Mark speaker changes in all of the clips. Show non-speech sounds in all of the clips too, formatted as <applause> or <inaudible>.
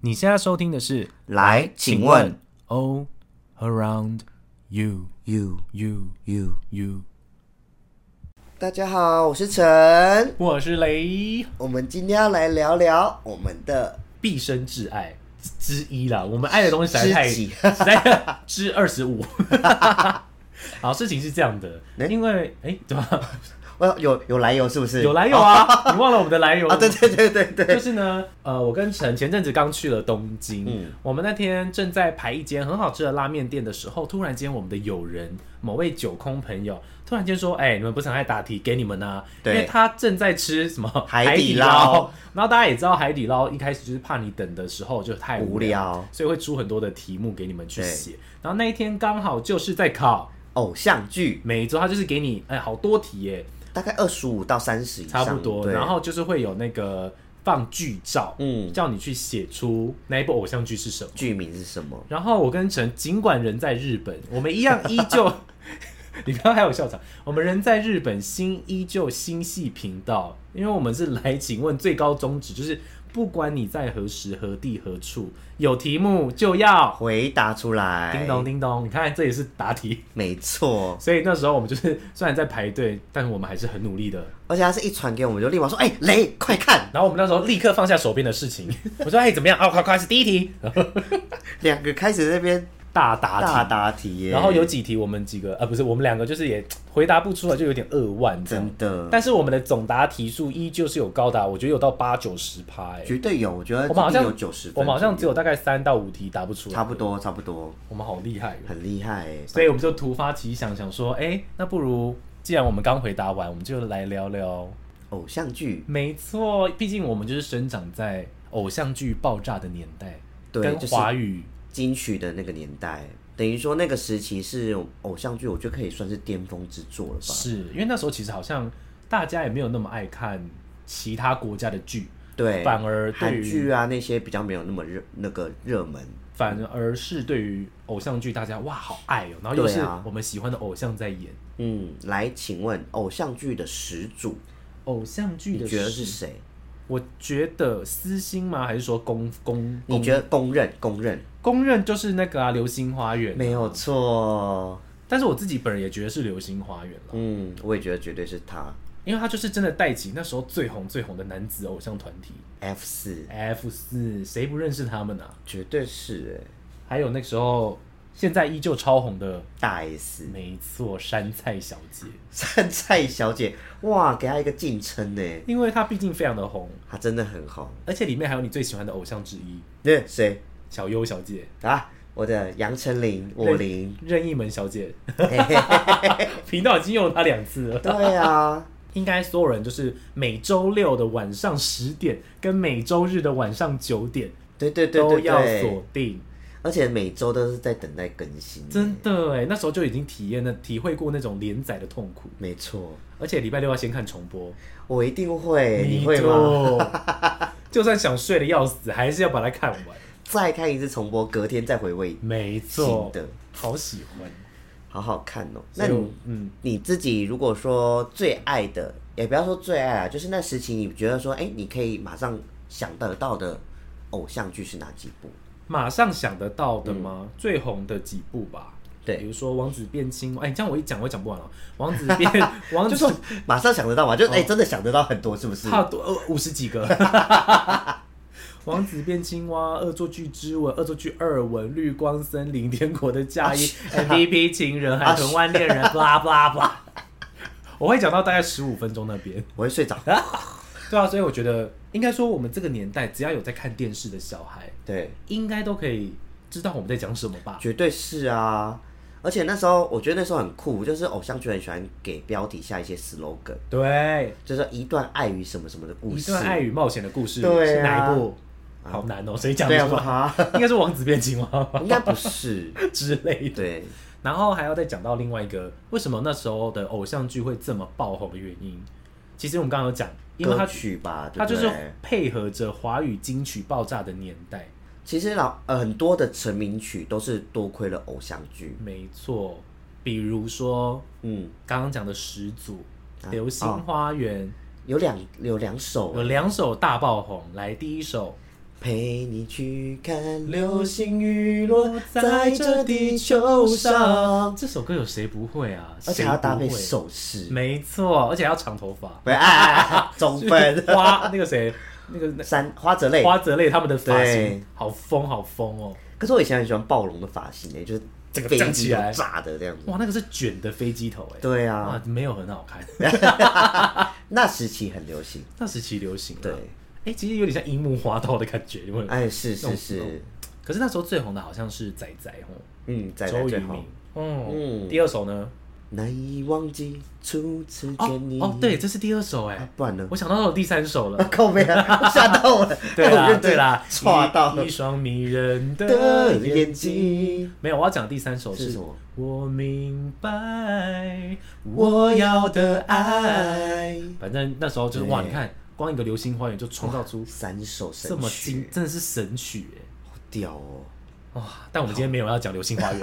Speaker 1: 你现在收听的是，
Speaker 2: 来，请问
Speaker 1: All Around You
Speaker 2: you
Speaker 1: You
Speaker 2: you，
Speaker 1: You，
Speaker 2: 大家好，我是陈，
Speaker 1: 我是雷，
Speaker 2: 我们今天要来聊聊我们的
Speaker 1: 毕生挚爱之一啦。我们爱的东西实在太，
Speaker 2: 知己
Speaker 1: 实在之二十
Speaker 2: <laughs>
Speaker 1: 五。好，事情是这样的，
Speaker 2: 诶
Speaker 1: 因为哎，怎么
Speaker 2: 我有有来由是不是？
Speaker 1: 有来由啊？你忘了我们的来由
Speaker 2: 啊，对对对对对，
Speaker 1: <laughs> 就是呢，呃，我跟陈前阵子刚去了东京，
Speaker 2: 嗯
Speaker 1: 我们那天正在排一间很好吃的拉面店的时候，突然间我们的友人某位酒空朋友突然间说：“哎、你们不是很爱打题，给你们啊，因
Speaker 2: 对
Speaker 1: 为他正在吃什么
Speaker 2: 海
Speaker 1: 底
Speaker 2: 底捞
Speaker 1: 然后大家也知道海底捞一开始就是怕你等的时候就太无
Speaker 2: 无聊
Speaker 1: 所以会出很多的题目给你们去
Speaker 2: 对
Speaker 1: 写。然后那一天刚好就是在考，
Speaker 2: 偶像剧
Speaker 1: 每一周他就是给你哎、好多题耶、
Speaker 2: 大概二十五到三十以上，
Speaker 1: 差不多，
Speaker 2: 对
Speaker 1: 然后就是会有那个放剧照，
Speaker 2: 嗯
Speaker 1: 叫你去写出那一部偶像剧是什么。
Speaker 2: 剧名是什么？
Speaker 1: 然后我跟陈，尽管人在日本，我们一样依旧， <laughs> 你刚刚还有笑场，我们人在日本，心依旧心系频道，因为我们是来请问最高宗旨就是，不管你在何时何地何处，有题目就要。
Speaker 2: 回答出来，
Speaker 1: 叮咚，叮咚，你看这也是答题，
Speaker 2: 没错，
Speaker 1: 所以那时候我们就是虽然在排队，但是我们还是很努力的
Speaker 2: 而且他是一传给我们就立马说，哎、雷，快看，
Speaker 1: 然后我们那时候立刻放下手边的事情， <laughs> 我说：“哎，怎么样？啊，快快是第一题，然后
Speaker 2: 两个开始在那边
Speaker 1: <laughs> 大答题。
Speaker 2: 大答题耶，
Speaker 1: 然后有几题我们几个，呃，不是我们两个，就是也回答不出来，就有点扼腕这样。
Speaker 2: 真的，
Speaker 1: 但是我们的总答题数依旧是有高达，我觉得有到八九十趴，哎、
Speaker 2: 绝对有，我觉得
Speaker 1: 我们好
Speaker 2: 一定
Speaker 1: 像
Speaker 2: 有九十分，
Speaker 1: 我们好像只有大概三到五题答不出来，
Speaker 2: 差不多差不多，
Speaker 1: 我们好厉害哦。
Speaker 2: 很厉害耶，
Speaker 1: 所以我们就突发奇想，想说，哎，那不如既然我们刚回答完，我们就来聊聊。
Speaker 2: 偶像剧，
Speaker 1: 没错，毕竟我们就是生长在偶像剧爆炸的年代，
Speaker 2: 对
Speaker 1: 跟
Speaker 2: 就是
Speaker 1: 华语。
Speaker 2: 金曲的那个年代，等于说那个时期是偶像剧，我觉得可以算是巅峰之作了吧。
Speaker 1: 是因为那时候其实好像大家也没有那么爱看其他国家的剧，
Speaker 2: 对，
Speaker 1: 反而对
Speaker 2: 韩
Speaker 1: 于
Speaker 2: 剧啊那些比较没有那么热那个热门，
Speaker 1: 反而是对于偶像剧，大家哇好爱哦，然后又是
Speaker 2: 对啊
Speaker 1: 我们喜欢的偶像在演，
Speaker 2: 嗯，来，请问偶像剧的始祖，
Speaker 1: 偶像剧
Speaker 2: 你
Speaker 1: 的
Speaker 2: 觉得
Speaker 1: 始
Speaker 2: 是谁？
Speaker 1: 我觉得私心吗？还是说公公？
Speaker 2: 你
Speaker 1: 公
Speaker 2: 觉得公认公认
Speaker 1: 公认就是那个啊，《流星花园》
Speaker 2: 没有错？
Speaker 1: 但是我自己本人也觉得是《流星花园》了，
Speaker 2: 嗯，我也觉得绝对是他
Speaker 1: 因为他就是真的带起那时候最红最红的男子偶像团体
Speaker 2: F 四，
Speaker 1: F 四，谁不认识他们啊？
Speaker 2: 绝对是哎
Speaker 1: 还有那时候现在依旧超红的
Speaker 2: 大 S <laughs>
Speaker 1: 没错，山菜小姐，
Speaker 2: 山菜小姐，哇，给她一个敬称呢，
Speaker 1: 因为她毕竟非常的红，
Speaker 2: 她真的很红。
Speaker 1: 而且里面还有你最喜欢的偶像之一
Speaker 2: 那谁
Speaker 1: 小优小姐、
Speaker 2: 啊？我的杨丞琳，我琳。
Speaker 1: <laughs> 任意门小姐，频道已经用了她两次了。
Speaker 2: 对啊，
Speaker 1: 应该所有人就是每周六的晚上十点跟每周日的晚上九点
Speaker 2: 对对对
Speaker 1: 都
Speaker 2: 对
Speaker 1: 要
Speaker 2: 对，
Speaker 1: 锁定，
Speaker 2: 而且每周都是在等待更新，
Speaker 1: 真的哎，那时候就已经体验了、体会过那种连载的痛苦，
Speaker 2: 没错，
Speaker 1: 而且礼拜六要先看重播，
Speaker 2: 我一定会，欸你会吗？
Speaker 1: 吗？就算想睡的要死，还是要把它看完。
Speaker 2: 再看一次重播，隔天再回味，
Speaker 1: 没错
Speaker 2: 新的，
Speaker 1: 好喜欢。
Speaker 2: 好好看哦。
Speaker 1: 所
Speaker 2: 那
Speaker 1: 以我
Speaker 2: 你
Speaker 1: 嗯，
Speaker 2: 你自己如果说最爱的，也不要说最爱啊，就是那时期你觉得说，哎、你可以马上想得到的偶像剧是哪几部？
Speaker 1: 马上想得到的吗？
Speaker 2: 嗯
Speaker 1: 最红的几部吧。
Speaker 2: 对
Speaker 1: 比如说《王子变青蛙》，哎，这样我一讲我也讲不完
Speaker 2: <laughs>
Speaker 1: 了。王子变王子
Speaker 2: 就说马上想得到嘛，就哎、
Speaker 1: 哦
Speaker 2: 真的想得到很多，是不是？
Speaker 1: 差不多呃五十几个。 <laughs> 王子变青蛙、恶作剧之吻、恶作剧二吻、绿光森林、天国的嫁
Speaker 2: <laughs>
Speaker 1: 衣、MVP
Speaker 2: 啊
Speaker 1: 情人、海豚湾恋人，blah blah blah。我会讲到大概十五分钟那边。
Speaker 2: 我会睡
Speaker 1: <laughs>
Speaker 2: 着。
Speaker 1: 对啊，所以我觉得应该说，我们这个年代只要有在看电视的小孩，
Speaker 2: 对，
Speaker 1: 应该都可以知道我们在讲什么吧？
Speaker 2: 绝对是啊！而且那时候我觉得那时候很酷，就是偶像剧很喜欢给标题下一些 slogan，
Speaker 1: 对，
Speaker 2: 就是一段爱与什么什么的故
Speaker 1: 一
Speaker 2: 事。
Speaker 1: 段爱与冒险的故事
Speaker 2: 对啊
Speaker 1: 是哪一部？好难哦，谁讲
Speaker 2: 对
Speaker 1: 的
Speaker 2: 啊， <laughs>
Speaker 1: 出
Speaker 2: 我
Speaker 1: 来？
Speaker 2: 哈，
Speaker 1: <laughs> 应该是王子变青蛙 <laughs>
Speaker 2: 应该不是。
Speaker 1: 之类的。
Speaker 2: 对，
Speaker 1: 然后还要再讲到另外一个，为什么那时候的偶像剧会这么爆红的原因？其实我们刚刚有讲，因为
Speaker 2: 歌
Speaker 1: 它
Speaker 2: 曲吧，
Speaker 1: 它
Speaker 2: 对
Speaker 1: 就
Speaker 2: 不
Speaker 1: 是
Speaker 2: 对
Speaker 1: 配合着华语金曲爆炸的年代，
Speaker 2: 其实老呃很多的成名曲都是多亏了偶像剧。
Speaker 1: 没错。比如说
Speaker 2: 嗯，
Speaker 1: 刚刚讲的始祖
Speaker 2: 啊
Speaker 1: 《流星花园》
Speaker 2: 有两有两首
Speaker 1: 嗯有两首大爆红，来第一首
Speaker 2: 陪你去看
Speaker 1: 流
Speaker 2: 流
Speaker 1: 星
Speaker 2: 星
Speaker 1: 雨
Speaker 2: 雨
Speaker 1: 落
Speaker 2: 落
Speaker 1: 在
Speaker 2: 在
Speaker 1: 这
Speaker 2: 这
Speaker 1: 地
Speaker 2: 地
Speaker 1: 球
Speaker 2: 球
Speaker 1: 上
Speaker 2: 上。
Speaker 1: 这首歌有谁不会啊？
Speaker 2: 而且还要搭配
Speaker 1: 谁不会，
Speaker 2: 手势，
Speaker 1: 没错，而且还要长头发，
Speaker 2: 不是，哎哎哎中
Speaker 1: <laughs>
Speaker 2: 分
Speaker 1: 花那个
Speaker 2: <laughs>
Speaker 1: 谁，那个那
Speaker 2: 山花泽类。
Speaker 1: 花泽类他们的发
Speaker 2: 对
Speaker 1: 型好疯，好疯哦！
Speaker 2: 可是我以前很喜欢暴龙的发型诶，就是
Speaker 1: 整个
Speaker 2: 飞
Speaker 1: 站
Speaker 2: 机
Speaker 1: 起来
Speaker 2: 头炸的这样子。
Speaker 1: 哇，那个是卷的飞机头哎，
Speaker 2: 对
Speaker 1: 哇
Speaker 2: 啊，，
Speaker 1: 没有很好
Speaker 2: <laughs>
Speaker 1: 看，
Speaker 2: 那时期很流行。
Speaker 1: 那时期流行啊
Speaker 2: 对，
Speaker 1: 哎，其实有点像樱木花道的感觉，有没有？
Speaker 2: 哎，是
Speaker 1: 那种
Speaker 2: 是是，
Speaker 1: 可是那时候最红的好像是仔仔哦，
Speaker 2: 嗯，再来
Speaker 1: 周渝
Speaker 2: 最好
Speaker 1: 民。，嗯，
Speaker 2: 嗯
Speaker 1: 第二首呢？
Speaker 2: 难以忘记初次
Speaker 1: 哦
Speaker 2: 见你。
Speaker 1: 哦，对，，这是第二首哎
Speaker 2: 啊，，不然呢
Speaker 1: 我？想到了第三首了。
Speaker 2: 靠背啊，吓到我了。
Speaker 1: <laughs> 对
Speaker 2: 哎我
Speaker 1: 啦，
Speaker 2: 认真
Speaker 1: 对啦，
Speaker 2: 吓到
Speaker 1: 一一双迷人的
Speaker 2: 的
Speaker 1: 眼
Speaker 2: 眼
Speaker 1: 睛。
Speaker 2: 睛。
Speaker 1: 没有，我要讲的第三首是
Speaker 2: 是什么？
Speaker 1: 我明白，我
Speaker 2: 我
Speaker 1: 要
Speaker 2: 要
Speaker 1: 的
Speaker 2: 的
Speaker 1: 爱。
Speaker 2: 爱。
Speaker 1: 反正那时候就是
Speaker 2: 对
Speaker 1: 哇，你看，光一个《流星花园》就创造出
Speaker 2: 三首神
Speaker 1: 这么
Speaker 2: 曲
Speaker 1: 精，，真的是神曲哎。
Speaker 2: 好屌哦！
Speaker 1: 哇！但我们今天没有要讲《流星花园》，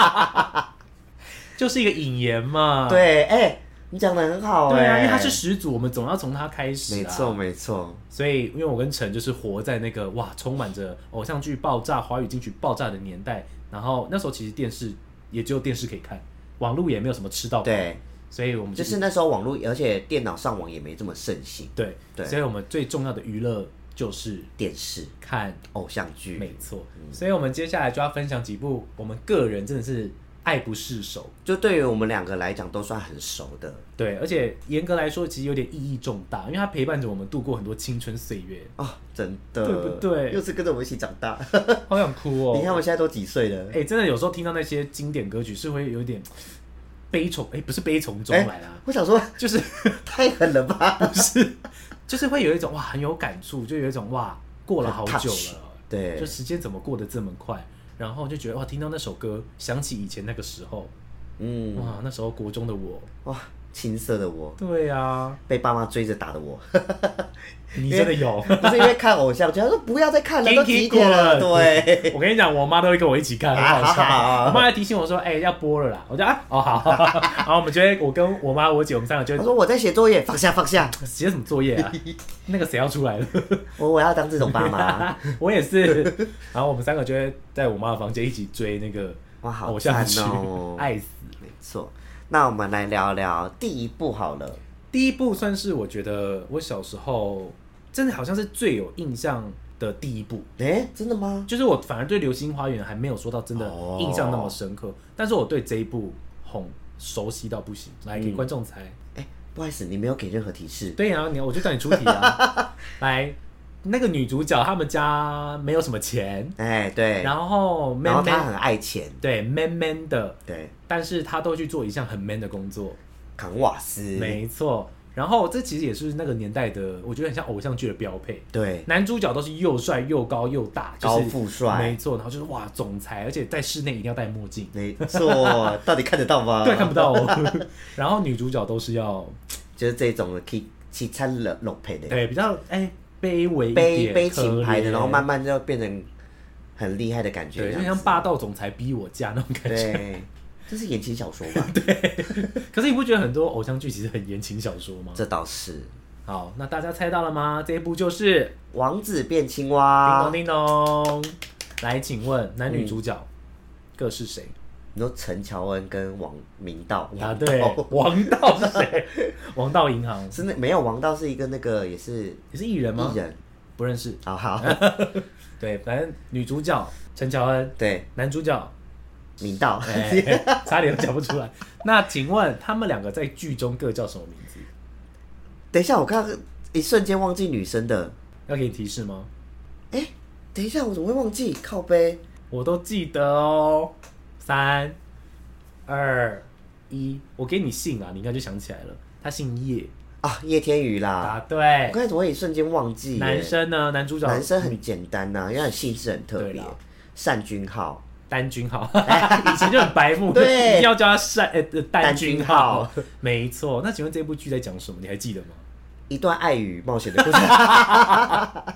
Speaker 1: <laughs> 就是一个引言嘛。
Speaker 2: 对，哎，你讲的很好哎。
Speaker 1: 对啊，因为他是始祖，我们总要从他开始啊。
Speaker 2: 没错没错，
Speaker 1: 所以，因为我跟陈就是活在那个哇，充满着偶像剧爆炸、华语金曲爆炸的年代。然后那时候其实电视也只有电视可以看，网络也没有什么吃到饱，
Speaker 2: 对，
Speaker 1: 所以我们就
Speaker 2: 就是那时候网络，而且电脑上网也没这么盛行，
Speaker 1: 对，
Speaker 2: 对
Speaker 1: 所以我们最重要的娱乐就是
Speaker 2: 电视
Speaker 1: 看，
Speaker 2: 偶像
Speaker 1: 没
Speaker 2: 剧，
Speaker 1: 错。
Speaker 2: 嗯
Speaker 1: 所以我们接下来就要分享几部我们个人真的是爱不释手，
Speaker 2: 就对于我们两个来讲都算很熟的
Speaker 1: 对，而且严格来说其实有点意义重大，因为它陪伴着我们度过很多青春岁月。
Speaker 2: 啊，真的，
Speaker 1: 对不对
Speaker 2: 又是跟着我一起长大，
Speaker 1: 好想哭 <laughs> 哦！
Speaker 2: 你看我现在都几岁了
Speaker 1: 哎、？真的有时候听到那些经典歌曲是会有点悲从，哎、不是悲从中来啦、
Speaker 2: 我想说 <laughs>
Speaker 1: 就是
Speaker 2: 太狠了
Speaker 1: <laughs>
Speaker 2: 吧？
Speaker 1: 就是会有一种哇很有感触，就有一种哇过了好
Speaker 2: 很
Speaker 1: 久
Speaker 2: touch
Speaker 1: 了，
Speaker 2: 对
Speaker 1: 就，时间怎么过得这么快，然后就觉得哇听到那首歌，想起以前那个时候，
Speaker 2: 嗯，
Speaker 1: 哇那时候国中的我，
Speaker 2: 哇，青涩的我，
Speaker 1: 对啊，
Speaker 2: 被爸妈追着打的我， <laughs>
Speaker 1: 你真的有。
Speaker 2: 不是因为看偶像剧，他说不要再看哎了，都几点了？对， <laughs>
Speaker 1: 对，我跟你讲，我妈都会跟我一起看，很好
Speaker 2: 啊好好
Speaker 1: 笑。
Speaker 2: 好
Speaker 1: 我妈还提醒我说：“哎、要播了啦。”我就啊，哦好，然后我们就会，我跟我妈、我姐，我们三个就会
Speaker 2: 他说我在写作业，放下放下， <laughs>
Speaker 1: 写什么作业啊？那个谁要出来了？
Speaker 2: 我我要当这种爸
Speaker 1: <laughs>
Speaker 2: 妈，
Speaker 1: 我也是。然后我们三个就会在我妈的房间一起追那个
Speaker 2: 哇，
Speaker 1: 偶
Speaker 2: 好
Speaker 1: 像
Speaker 2: 赞
Speaker 1: 剧，
Speaker 2: 哦！
Speaker 1: <laughs> 爱死。
Speaker 2: 没错，那我们来聊聊第一部好了。
Speaker 1: 第一部算是我觉得我小时候真的好像是最有印象的第一部，
Speaker 2: 哎、真的吗？
Speaker 1: 就是我反而对《流星花园》还没有说到真的
Speaker 2: 哦
Speaker 1: 印象那么深刻，但是我对这一部红熟悉到不行。来给观众猜，
Speaker 2: 哎、不好意思，你没有给任何提示。
Speaker 1: 对啊，你我就叫你出题
Speaker 2: <laughs>
Speaker 1: 啊。来，那个女主角他们家没有什么钱，
Speaker 2: 哎、对，然后
Speaker 1: 然后 man
Speaker 2: 他很爱钱，
Speaker 1: 对 man man 的，
Speaker 2: 对，
Speaker 1: 但是他都去做一项很 man 的工作，
Speaker 2: 扛瓦斯，
Speaker 1: 没错。然后这其实也是那个年代的，我觉得很像偶像剧的标配。
Speaker 2: 对，
Speaker 1: 男主角都是又帅又高又大，就是、
Speaker 2: 高富帅
Speaker 1: 没错。然后就是哇，总裁，而且在室内一定要戴墨镜，
Speaker 2: 没错，到底看得到吗？
Speaker 1: <laughs> 对，看不到哦。然后女主角都是要
Speaker 2: 就是这种的，可以起餐了落配的，
Speaker 1: 对比较哎卑微一
Speaker 2: 背
Speaker 1: 点
Speaker 2: 背琴牌
Speaker 1: 可
Speaker 2: 的，
Speaker 1: 怜
Speaker 2: 然后慢慢就变成很厉害的感觉，
Speaker 1: 对，就
Speaker 2: 这样
Speaker 1: 像
Speaker 2: 子
Speaker 1: 霸道总裁逼我嫁那种感觉。
Speaker 2: 对，这是言情小说
Speaker 1: <laughs>
Speaker 2: 吧？
Speaker 1: 可是你不觉得很多偶像剧其实很言情小说吗？
Speaker 2: 这倒是。
Speaker 1: 好，那大家猜到了吗？这一部就是
Speaker 2: 王子变青
Speaker 1: 叮
Speaker 2: 蛙
Speaker 1: 咚，叮咚，来，请问男女主角、各是谁？
Speaker 2: 你说陈乔恩跟王明道，
Speaker 1: 答
Speaker 2: 王
Speaker 1: 啊对
Speaker 2: 道，
Speaker 1: 王道是
Speaker 2: <laughs>
Speaker 1: 谁？王道银行
Speaker 2: 是那没有王道是一个那个也是
Speaker 1: 你是艺人吗？
Speaker 2: 艺人，
Speaker 1: 不认识。
Speaker 2: 好好
Speaker 1: 哦对，反正女主角陈乔恩，
Speaker 2: <laughs> 对
Speaker 1: 男主角，
Speaker 2: 明道，
Speaker 1: 哎差点都讲不出来。那请问他们两个在剧中各叫什么名字？
Speaker 2: 等一下我刚刚一瞬间忘记女生的，
Speaker 1: 要给你提示吗？
Speaker 2: 哎、等一下我怎么会忘记靠背？
Speaker 1: 我都记得哦。三、二、一，我给你姓啊，你应该就想起来了。他姓叶，
Speaker 2: 啊，叶天宇啦，
Speaker 1: 答对
Speaker 2: 我。刚才怎么会一瞬间忘记耶？
Speaker 1: 哎男生呢？男主角
Speaker 2: 男生很简单呐、因为他姓氏很特
Speaker 1: 对
Speaker 2: 别
Speaker 1: 啦，
Speaker 2: 单君浩，
Speaker 1: 单君
Speaker 2: <laughs>
Speaker 1: 浩，以前就很白目，
Speaker 2: 对
Speaker 1: 一定要叫他单呃呃单
Speaker 2: 单
Speaker 1: 君
Speaker 2: 君
Speaker 1: 浩
Speaker 2: 浩，
Speaker 1: 没错。那请问这部剧在讲什么？你还记得吗？
Speaker 2: 一段爱与冒险的
Speaker 1: <laughs>
Speaker 2: 故事。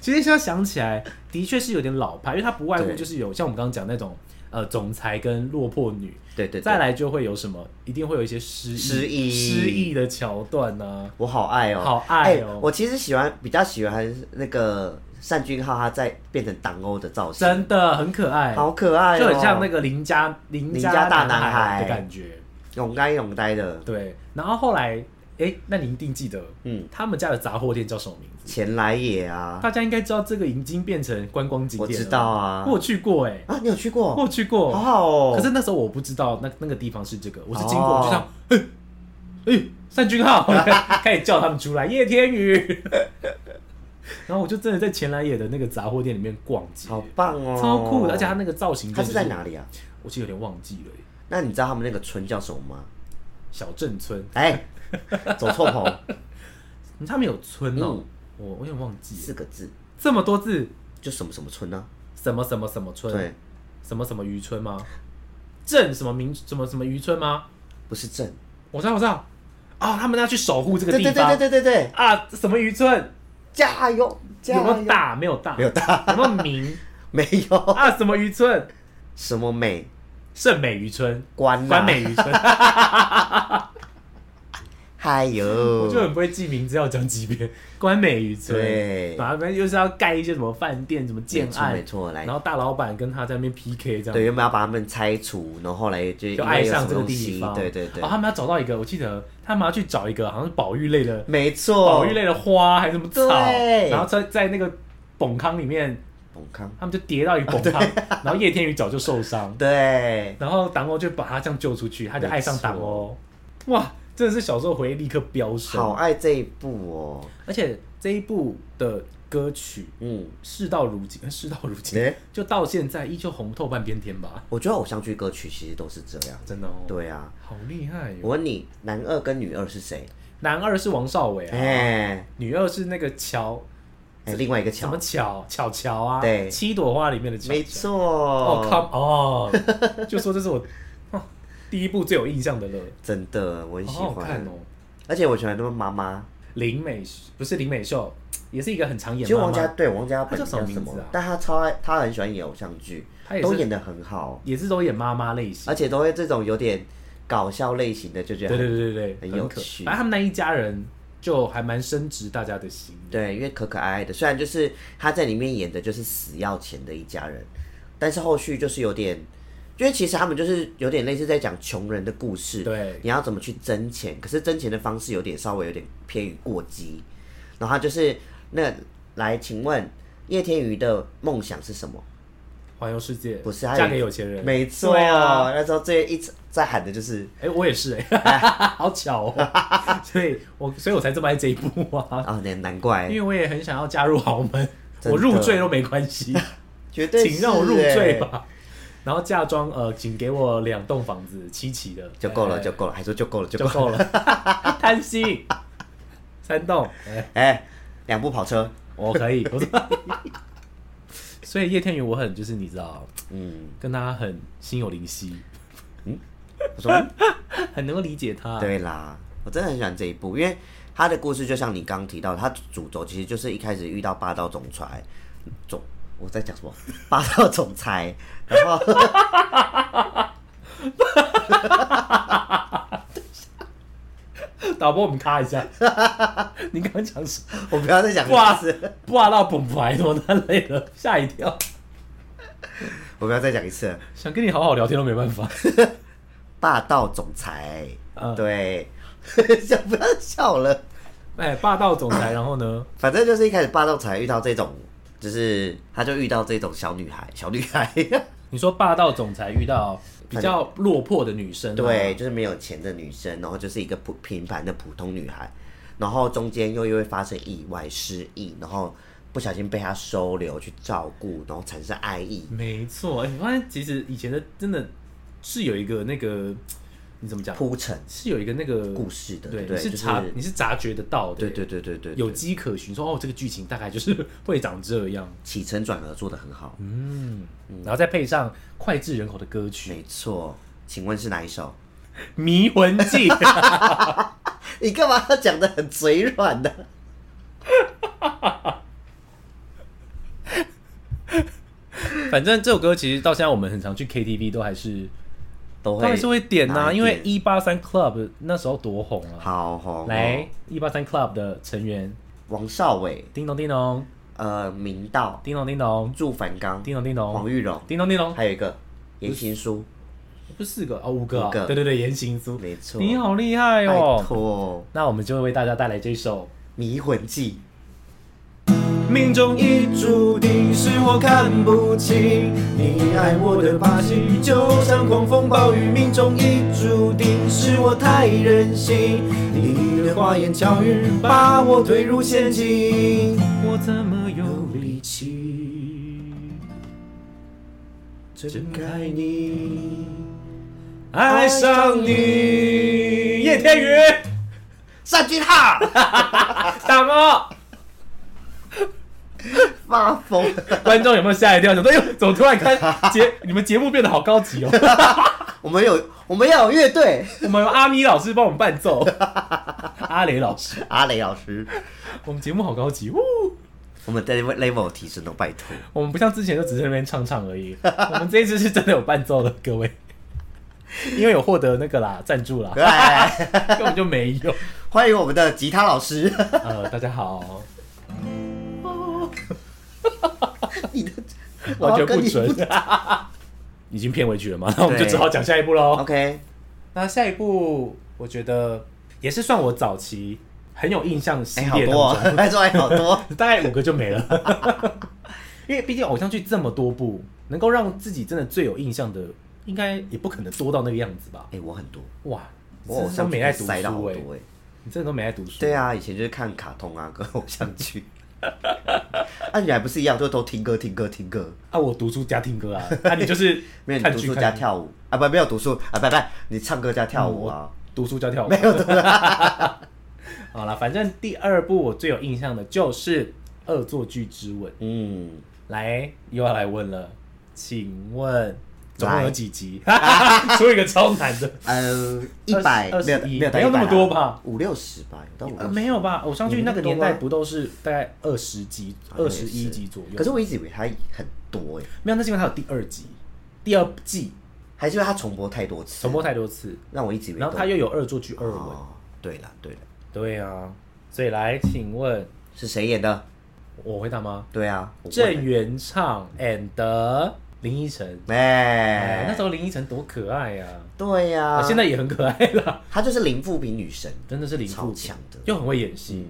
Speaker 1: 其实现在想起来，的确是有点老派，因为它不外乎
Speaker 2: 对
Speaker 1: 就是有像我们刚刚讲那种呃总裁跟落魄女，
Speaker 2: 对对对，
Speaker 1: 再来就会有什么，一定会有一些失
Speaker 2: 失
Speaker 1: 忆
Speaker 2: 忆
Speaker 1: 失忆的桥段呢、啊
Speaker 2: 我好爱哦，
Speaker 1: 好爱哦
Speaker 2: 哎我其实喜欢比较喜欢那个单俊浩他在变成党欧的造型，
Speaker 1: 真的很可爱，
Speaker 2: 好可爱、哦，
Speaker 1: 就很像那个邻家邻
Speaker 2: 邻家大
Speaker 1: 男
Speaker 2: 男孩
Speaker 1: 的感觉。
Speaker 2: 勇呆勇呆的
Speaker 1: 对，然后后来，哎，那你一定记得，
Speaker 2: 嗯
Speaker 1: 嗯，他们家的杂货店叫什么名字？
Speaker 2: 前来也啊，
Speaker 1: 大家应该知道，这个已经变成观光景
Speaker 2: 我
Speaker 1: 点了。
Speaker 2: 知道啊
Speaker 1: 我有去过哎、
Speaker 2: 啊，你有去过？
Speaker 1: 我有去过，
Speaker 2: 好好哦。
Speaker 1: 可是那时候我不知道那那个地方是这个，我是经过、
Speaker 2: 哦
Speaker 1: 我就想，哎、哎，单君浩， <laughs> 开始叫他们出来，叶天宇。 <laughs> 然后我就真的在前来野的那个杂货店里面逛街，
Speaker 2: 好棒哦，
Speaker 1: 超酷的，而且他那个造型、就
Speaker 2: 他是在？哪里啊？
Speaker 1: 我其实有点忘记了耶，
Speaker 2: 那你知道他们那个村叫什么
Speaker 1: <laughs>
Speaker 2: 吗？
Speaker 1: 小镇村，
Speaker 2: 哎、走错棚，
Speaker 1: 他们有村哦，
Speaker 2: 嗯
Speaker 1: 我我有点忘记了，
Speaker 2: 四个字，
Speaker 1: 这么多字，
Speaker 2: 就什么什么村呢、
Speaker 1: 什么什么什么村，
Speaker 2: 对，
Speaker 1: 什么什么渔村吗？镇什么民什么什么渔村吗？
Speaker 2: 不是镇。
Speaker 1: 我知道，我知道。哦，他们要去守护这个
Speaker 2: 对
Speaker 1: 地
Speaker 2: 对
Speaker 1: 方。
Speaker 2: 对对对对对，
Speaker 1: 啊，什么渔村？
Speaker 2: 加油！加
Speaker 1: 有
Speaker 2: 油
Speaker 1: 没有？大？没有大，
Speaker 2: 没有大，
Speaker 1: 有
Speaker 2: <laughs>
Speaker 1: 没有名
Speaker 2: 没有
Speaker 1: 啊？什么渔村？
Speaker 2: 什么美啊
Speaker 1: 圣美渔村、
Speaker 2: 关呐、
Speaker 1: 关美渔村，
Speaker 2: 嗯嗨
Speaker 1: 我就
Speaker 2: 哟，
Speaker 1: 很不会记名字，要讲几遍。关美渔村，
Speaker 2: 嗯对
Speaker 1: 反正又是要盖一些什么饭店、什么建案，
Speaker 2: 没错没错来
Speaker 1: 然后大老板跟他在那边 PK 这
Speaker 2: 对，
Speaker 1: 样。
Speaker 2: 原本要把他们拆除，然后后来就因
Speaker 1: 就
Speaker 2: 为
Speaker 1: 爱
Speaker 2: 有
Speaker 1: 上
Speaker 2: 什
Speaker 1: 这
Speaker 2: 么
Speaker 1: 个
Speaker 2: 东西
Speaker 1: 地方，
Speaker 2: 对对对，
Speaker 1: 哦，他们要找到一个，我记得他们要去找一个好像是宝玉类的
Speaker 2: 没错
Speaker 1: 哦宝玉。类的花还是什么草，
Speaker 2: 对
Speaker 1: 然后在在那个崩坑里面，
Speaker 2: 永康，
Speaker 1: 他们就跌到一个崩
Speaker 2: <laughs>
Speaker 1: 坑，然后叶天宇早就受伤，
Speaker 2: 对，
Speaker 1: 然后党欧就把他这样救出去，他就爱上党欧，哇，真的是小时候回忆立刻飙
Speaker 2: 好
Speaker 1: 升，
Speaker 2: 爱这一部哦，
Speaker 1: 而且这一部的歌曲。
Speaker 2: 嗯，
Speaker 1: 事到如今，呃 <laughs> 事到如今，
Speaker 2: 诶
Speaker 1: 就到现在依旧红透半边天吧，
Speaker 2: 我觉得偶像剧歌曲其实都是这样。
Speaker 1: 真的哦，，
Speaker 2: 对啊，
Speaker 1: 好厉害哦。
Speaker 2: 我问你，男二跟女二是谁？
Speaker 1: 男二是王少伟啊，
Speaker 2: 哎
Speaker 1: 女二是那个乔，
Speaker 2: 哎，另外一个
Speaker 1: 什
Speaker 2: 乔
Speaker 1: 么，乔乔乔啊，
Speaker 2: 对
Speaker 1: 七朵花里面的乔，
Speaker 2: 没
Speaker 1: 乔
Speaker 2: 错。
Speaker 1: 哦，靠哦， <laughs> 就说这是我哦第一部最有印象的了，
Speaker 2: 真的，我很喜
Speaker 1: 好好看
Speaker 2: 欢
Speaker 1: 哦。。
Speaker 2: 而且我喜欢他们妈妈，
Speaker 1: 林美不是林美秀，也是一个很常演
Speaker 2: 其实
Speaker 1: 妈
Speaker 2: 王家
Speaker 1: 妈，
Speaker 2: 对王家本
Speaker 1: 她叫什么名
Speaker 2: 名叫什
Speaker 1: 字
Speaker 2: 么
Speaker 1: 啊？
Speaker 2: 但他超爱，他很喜欢演偶像剧
Speaker 1: 她，也是
Speaker 2: 都演的很好，
Speaker 1: 也是都演妈妈类型
Speaker 2: 而。且都会这种有点搞笑类型的，就觉
Speaker 1: 对
Speaker 2: 得
Speaker 1: 对
Speaker 2: 很
Speaker 1: 对对对，
Speaker 2: 很有
Speaker 1: 可
Speaker 2: 趣
Speaker 1: 反正他们那一家人就还蛮深植大家的心。
Speaker 2: 对，因为可可爱爱的。虽然就是他在里面演的就是死要钱的一家人，但是后续就是有点，因为其实他们就是有点类似在讲穷人的故事。
Speaker 1: 对
Speaker 2: 你要怎么去争钱？可是争钱的方式有点稍微有点偏于过激。然后他就是那来，请问叶天宇的梦想是什么？
Speaker 1: 环游世界
Speaker 2: 不是还有
Speaker 1: 嫁给有钱人，
Speaker 2: 没错，
Speaker 1: 对啊。
Speaker 2: 哦那时候最一直在喊的就是
Speaker 1: 哎，我也
Speaker 2: <laughs>
Speaker 1: 是哎，好巧哦。 <laughs> 所以我所以我才这么爱这一部啊，
Speaker 2: 啊，难难怪
Speaker 1: 因，为我也很想要加入豪门，
Speaker 2: 真的
Speaker 1: 我入赘都没关系。
Speaker 2: 绝对
Speaker 1: 请让我入
Speaker 2: 是欸
Speaker 1: 赘，吧。 <laughs> 然后嫁妆呃，请给我两栋房子，七期的
Speaker 2: 就够了，
Speaker 1: 哎
Speaker 2: 就够了，还说就够了，就
Speaker 1: 就
Speaker 2: 够了，
Speaker 1: 够了， <laughs> 贪心。三栋，哎
Speaker 2: 哎，两部跑车，
Speaker 1: 我可以。我 <laughs> 说所以叶天宇，我很就是你知道，
Speaker 2: 嗯，
Speaker 1: 跟他很心有灵犀，
Speaker 2: 我说嗯
Speaker 1: 很能够理解他。
Speaker 2: 对啦，我真的很喜欢这一部，因为他的故事就像你刚刚提到，他主轴其实就是一开始遇到霸道总裁，总我在讲什么？霸道总裁，然后
Speaker 1: 导播，我们咔一下。 <laughs> 你刚刚讲什么？
Speaker 2: 我不要再讲
Speaker 1: 挂
Speaker 2: 故事，
Speaker 1: 挂到本牌，多太累了，吓一跳。
Speaker 2: 我不要再讲一次了，
Speaker 1: 想跟你好好聊天都没办法。
Speaker 2: 霸道总裁，
Speaker 1: 嗯
Speaker 2: 对， <laughs> 就不要笑了。
Speaker 1: 哎，霸道总裁，然后呢？
Speaker 2: 反正就是一开始霸道才遇到这种，就是他就遇到这种小女孩，小女孩，
Speaker 1: 你说霸道总裁遇到比较落魄的女生、啊，
Speaker 2: 对，，就是没有钱的女生，然后就是一个普平凡的普通女孩，然后中间又因为发生意外失忆，然后不小心被他收留去照顾，然后产生爱意，
Speaker 1: 没错。哎、你发现其实以前的真的是有一个那个，你怎么讲？
Speaker 2: 铺陈
Speaker 1: 是有一个那个
Speaker 2: 故事的，
Speaker 1: 对，
Speaker 2: 对，
Speaker 1: 你是
Speaker 2: 就是
Speaker 1: 察、你是察觉得到的，
Speaker 2: 对对对对对，
Speaker 1: 有
Speaker 2: 对
Speaker 1: 迹可循。说哦，这个剧情大概就是会长这样，
Speaker 2: 起承转合做的很好，
Speaker 1: 嗯，然后再配上脍炙人口的歌曲
Speaker 2: 没错。请问是哪一首？ <laughs>
Speaker 1: 《迷魂记》，
Speaker 2: 你干嘛要讲的很嘴软的？
Speaker 1: 反正这首歌其实到现在我们很常去 KTV 都还是
Speaker 2: 都
Speaker 1: 都
Speaker 2: 会
Speaker 1: 还是会点呐、
Speaker 2: 拿一
Speaker 1: 因为
Speaker 2: 点
Speaker 1: 一八三 Club 那时候多红啊。
Speaker 2: 好红哦
Speaker 1: 来，一八三 Club 的成员
Speaker 2: 王少伟，
Speaker 1: 叮咚叮咚，
Speaker 2: 呃明道、
Speaker 1: 叮咚叮咚，
Speaker 2: 祝梵刚、
Speaker 1: 叮咚叮咚，
Speaker 2: 黄玉柔，
Speaker 1: 叮咚叮咚，
Speaker 2: 还有一个言情书，
Speaker 1: 不是四个哦，五个啊
Speaker 2: 五个
Speaker 1: 对对对，言行书，
Speaker 2: 没错，
Speaker 1: 你好厉害
Speaker 2: 拜
Speaker 1: 哦。
Speaker 2: 托，
Speaker 1: 那我们就为大家带来这首
Speaker 2: 《迷魂记
Speaker 1: 命中已注定是我看不清你爱我的把戏，就像狂风暴雨。命中已注定是我太任性，你的花言巧语把我推入陷阱，我怎么有力气睁开你，爱上你？叶天宇，》，
Speaker 2: 上句
Speaker 1: <laughs>
Speaker 2: 号，
Speaker 1: 什么？
Speaker 2: 发疯，
Speaker 1: 观众有没有吓一跳？想说，哎呦，怎么突然开节？你们节目变得好高
Speaker 2: <laughs>
Speaker 1: 级哦！
Speaker 2: 我们有我们要有乐队，
Speaker 1: 我们有阿咪老师帮我们伴奏，阿雷老师，
Speaker 2: 阿雷老师，
Speaker 1: 我们节目好高级。呜，
Speaker 2: 我们的 level- level 提升哦，拜托，
Speaker 1: 我们不像之前就只是在那边唱唱而已， <laughs> 我们这一次是真的有伴奏的，各位， <laughs> 因为有获得那个啦赞助 <laughs> 啦，
Speaker 2: 来，
Speaker 1: 根本就没有。
Speaker 2: 欢迎我们的吉他老师，
Speaker 1: 呃，大家好，
Speaker 2: 你的
Speaker 1: 完全不
Speaker 2: 我要
Speaker 1: 准 <laughs>
Speaker 2: 跟你，
Speaker 1: 已经片尾曲了嘛，那我们就
Speaker 2: 对
Speaker 1: 只好讲下一步喽。
Speaker 2: OK，
Speaker 1: 那下一步，我觉得也是算我早期很有印象系
Speaker 2: 哎，好
Speaker 1: 列当中，
Speaker 2: 多哦， <laughs> 还说还好多，
Speaker 1: <laughs> 大概五个就没了。 <laughs> 因为毕竟偶像剧这么多部，能够让自己真的最有印象的，应该也不可能多到那个样子吧？
Speaker 2: 哎，我很
Speaker 1: <laughs>
Speaker 2: 多，
Speaker 1: 哇，你
Speaker 2: 我偶
Speaker 1: 真的都
Speaker 2: 像剧
Speaker 1: 没爱读书
Speaker 2: 塞到好
Speaker 1: 哎、
Speaker 2: 多哎。
Speaker 1: 你真的都没爱读书。
Speaker 2: 对，啊，以前就是看卡通啊，跟 <laughs> 偶像剧。啊，你还不是一样，就都听歌、听歌、听歌，
Speaker 1: 啊，我读书加听歌啊，那、你就是
Speaker 2: <laughs> 没有你
Speaker 1: 看
Speaker 2: 读
Speaker 1: 剧
Speaker 2: 书
Speaker 1: 看
Speaker 2: 加，跳舞啊，不，没有读书啊，拜拜，你唱歌加跳舞啊，
Speaker 1: 读书加跳舞，没有的。 <laughs> 好了，反正第二部我最有印象的就是《恶作剧之吻》。
Speaker 2: 嗯，
Speaker 1: 来，又要来问了，请问总共有
Speaker 2: 来
Speaker 1: 几集？ <laughs> 出一个超难
Speaker 2: <laughs>
Speaker 1: 的。
Speaker 2: 呃，一百
Speaker 1: 二十
Speaker 2: 没有
Speaker 1: 一
Speaker 2: 没有到
Speaker 1: 没有那么
Speaker 2: 100啦
Speaker 1: 多吧
Speaker 2: 五六十吧，有到五
Speaker 1: 呃，
Speaker 2: 六十。
Speaker 1: 没有吧？偶像剧
Speaker 2: 你
Speaker 1: 那
Speaker 2: 那
Speaker 1: 个
Speaker 2: 个
Speaker 1: 年
Speaker 2: 多
Speaker 1: 代
Speaker 2: 吗
Speaker 1: 不都是大概二十集、
Speaker 2: 好像
Speaker 1: 二
Speaker 2: 也
Speaker 1: 十
Speaker 2: 是
Speaker 1: 一集左右？
Speaker 2: 可是我一直以为它很多哎，
Speaker 1: 没有，那是因为它有第二集、第二季
Speaker 2: 还是因为它重播太多次，
Speaker 1: 重播太多次，
Speaker 2: 让我一直以为
Speaker 1: 然
Speaker 2: 都。
Speaker 1: 后它又有恶作剧二吻。
Speaker 2: 哦，对了对了，
Speaker 1: 对啊，所以来，请问
Speaker 2: 是谁演的？
Speaker 1: 我回答吗？
Speaker 2: 对啊，我问了
Speaker 1: 郑元畅 and 林依晨。哎，那
Speaker 2: 哎
Speaker 1: 时，候林依晨多可爱呀、啊
Speaker 2: 对呀，
Speaker 1: 现在也很可爱啦， <laughs>
Speaker 2: 她就是零富平女神，
Speaker 1: 真的是林
Speaker 2: 超
Speaker 1: 富
Speaker 2: 强的。
Speaker 1: 又很会演戏，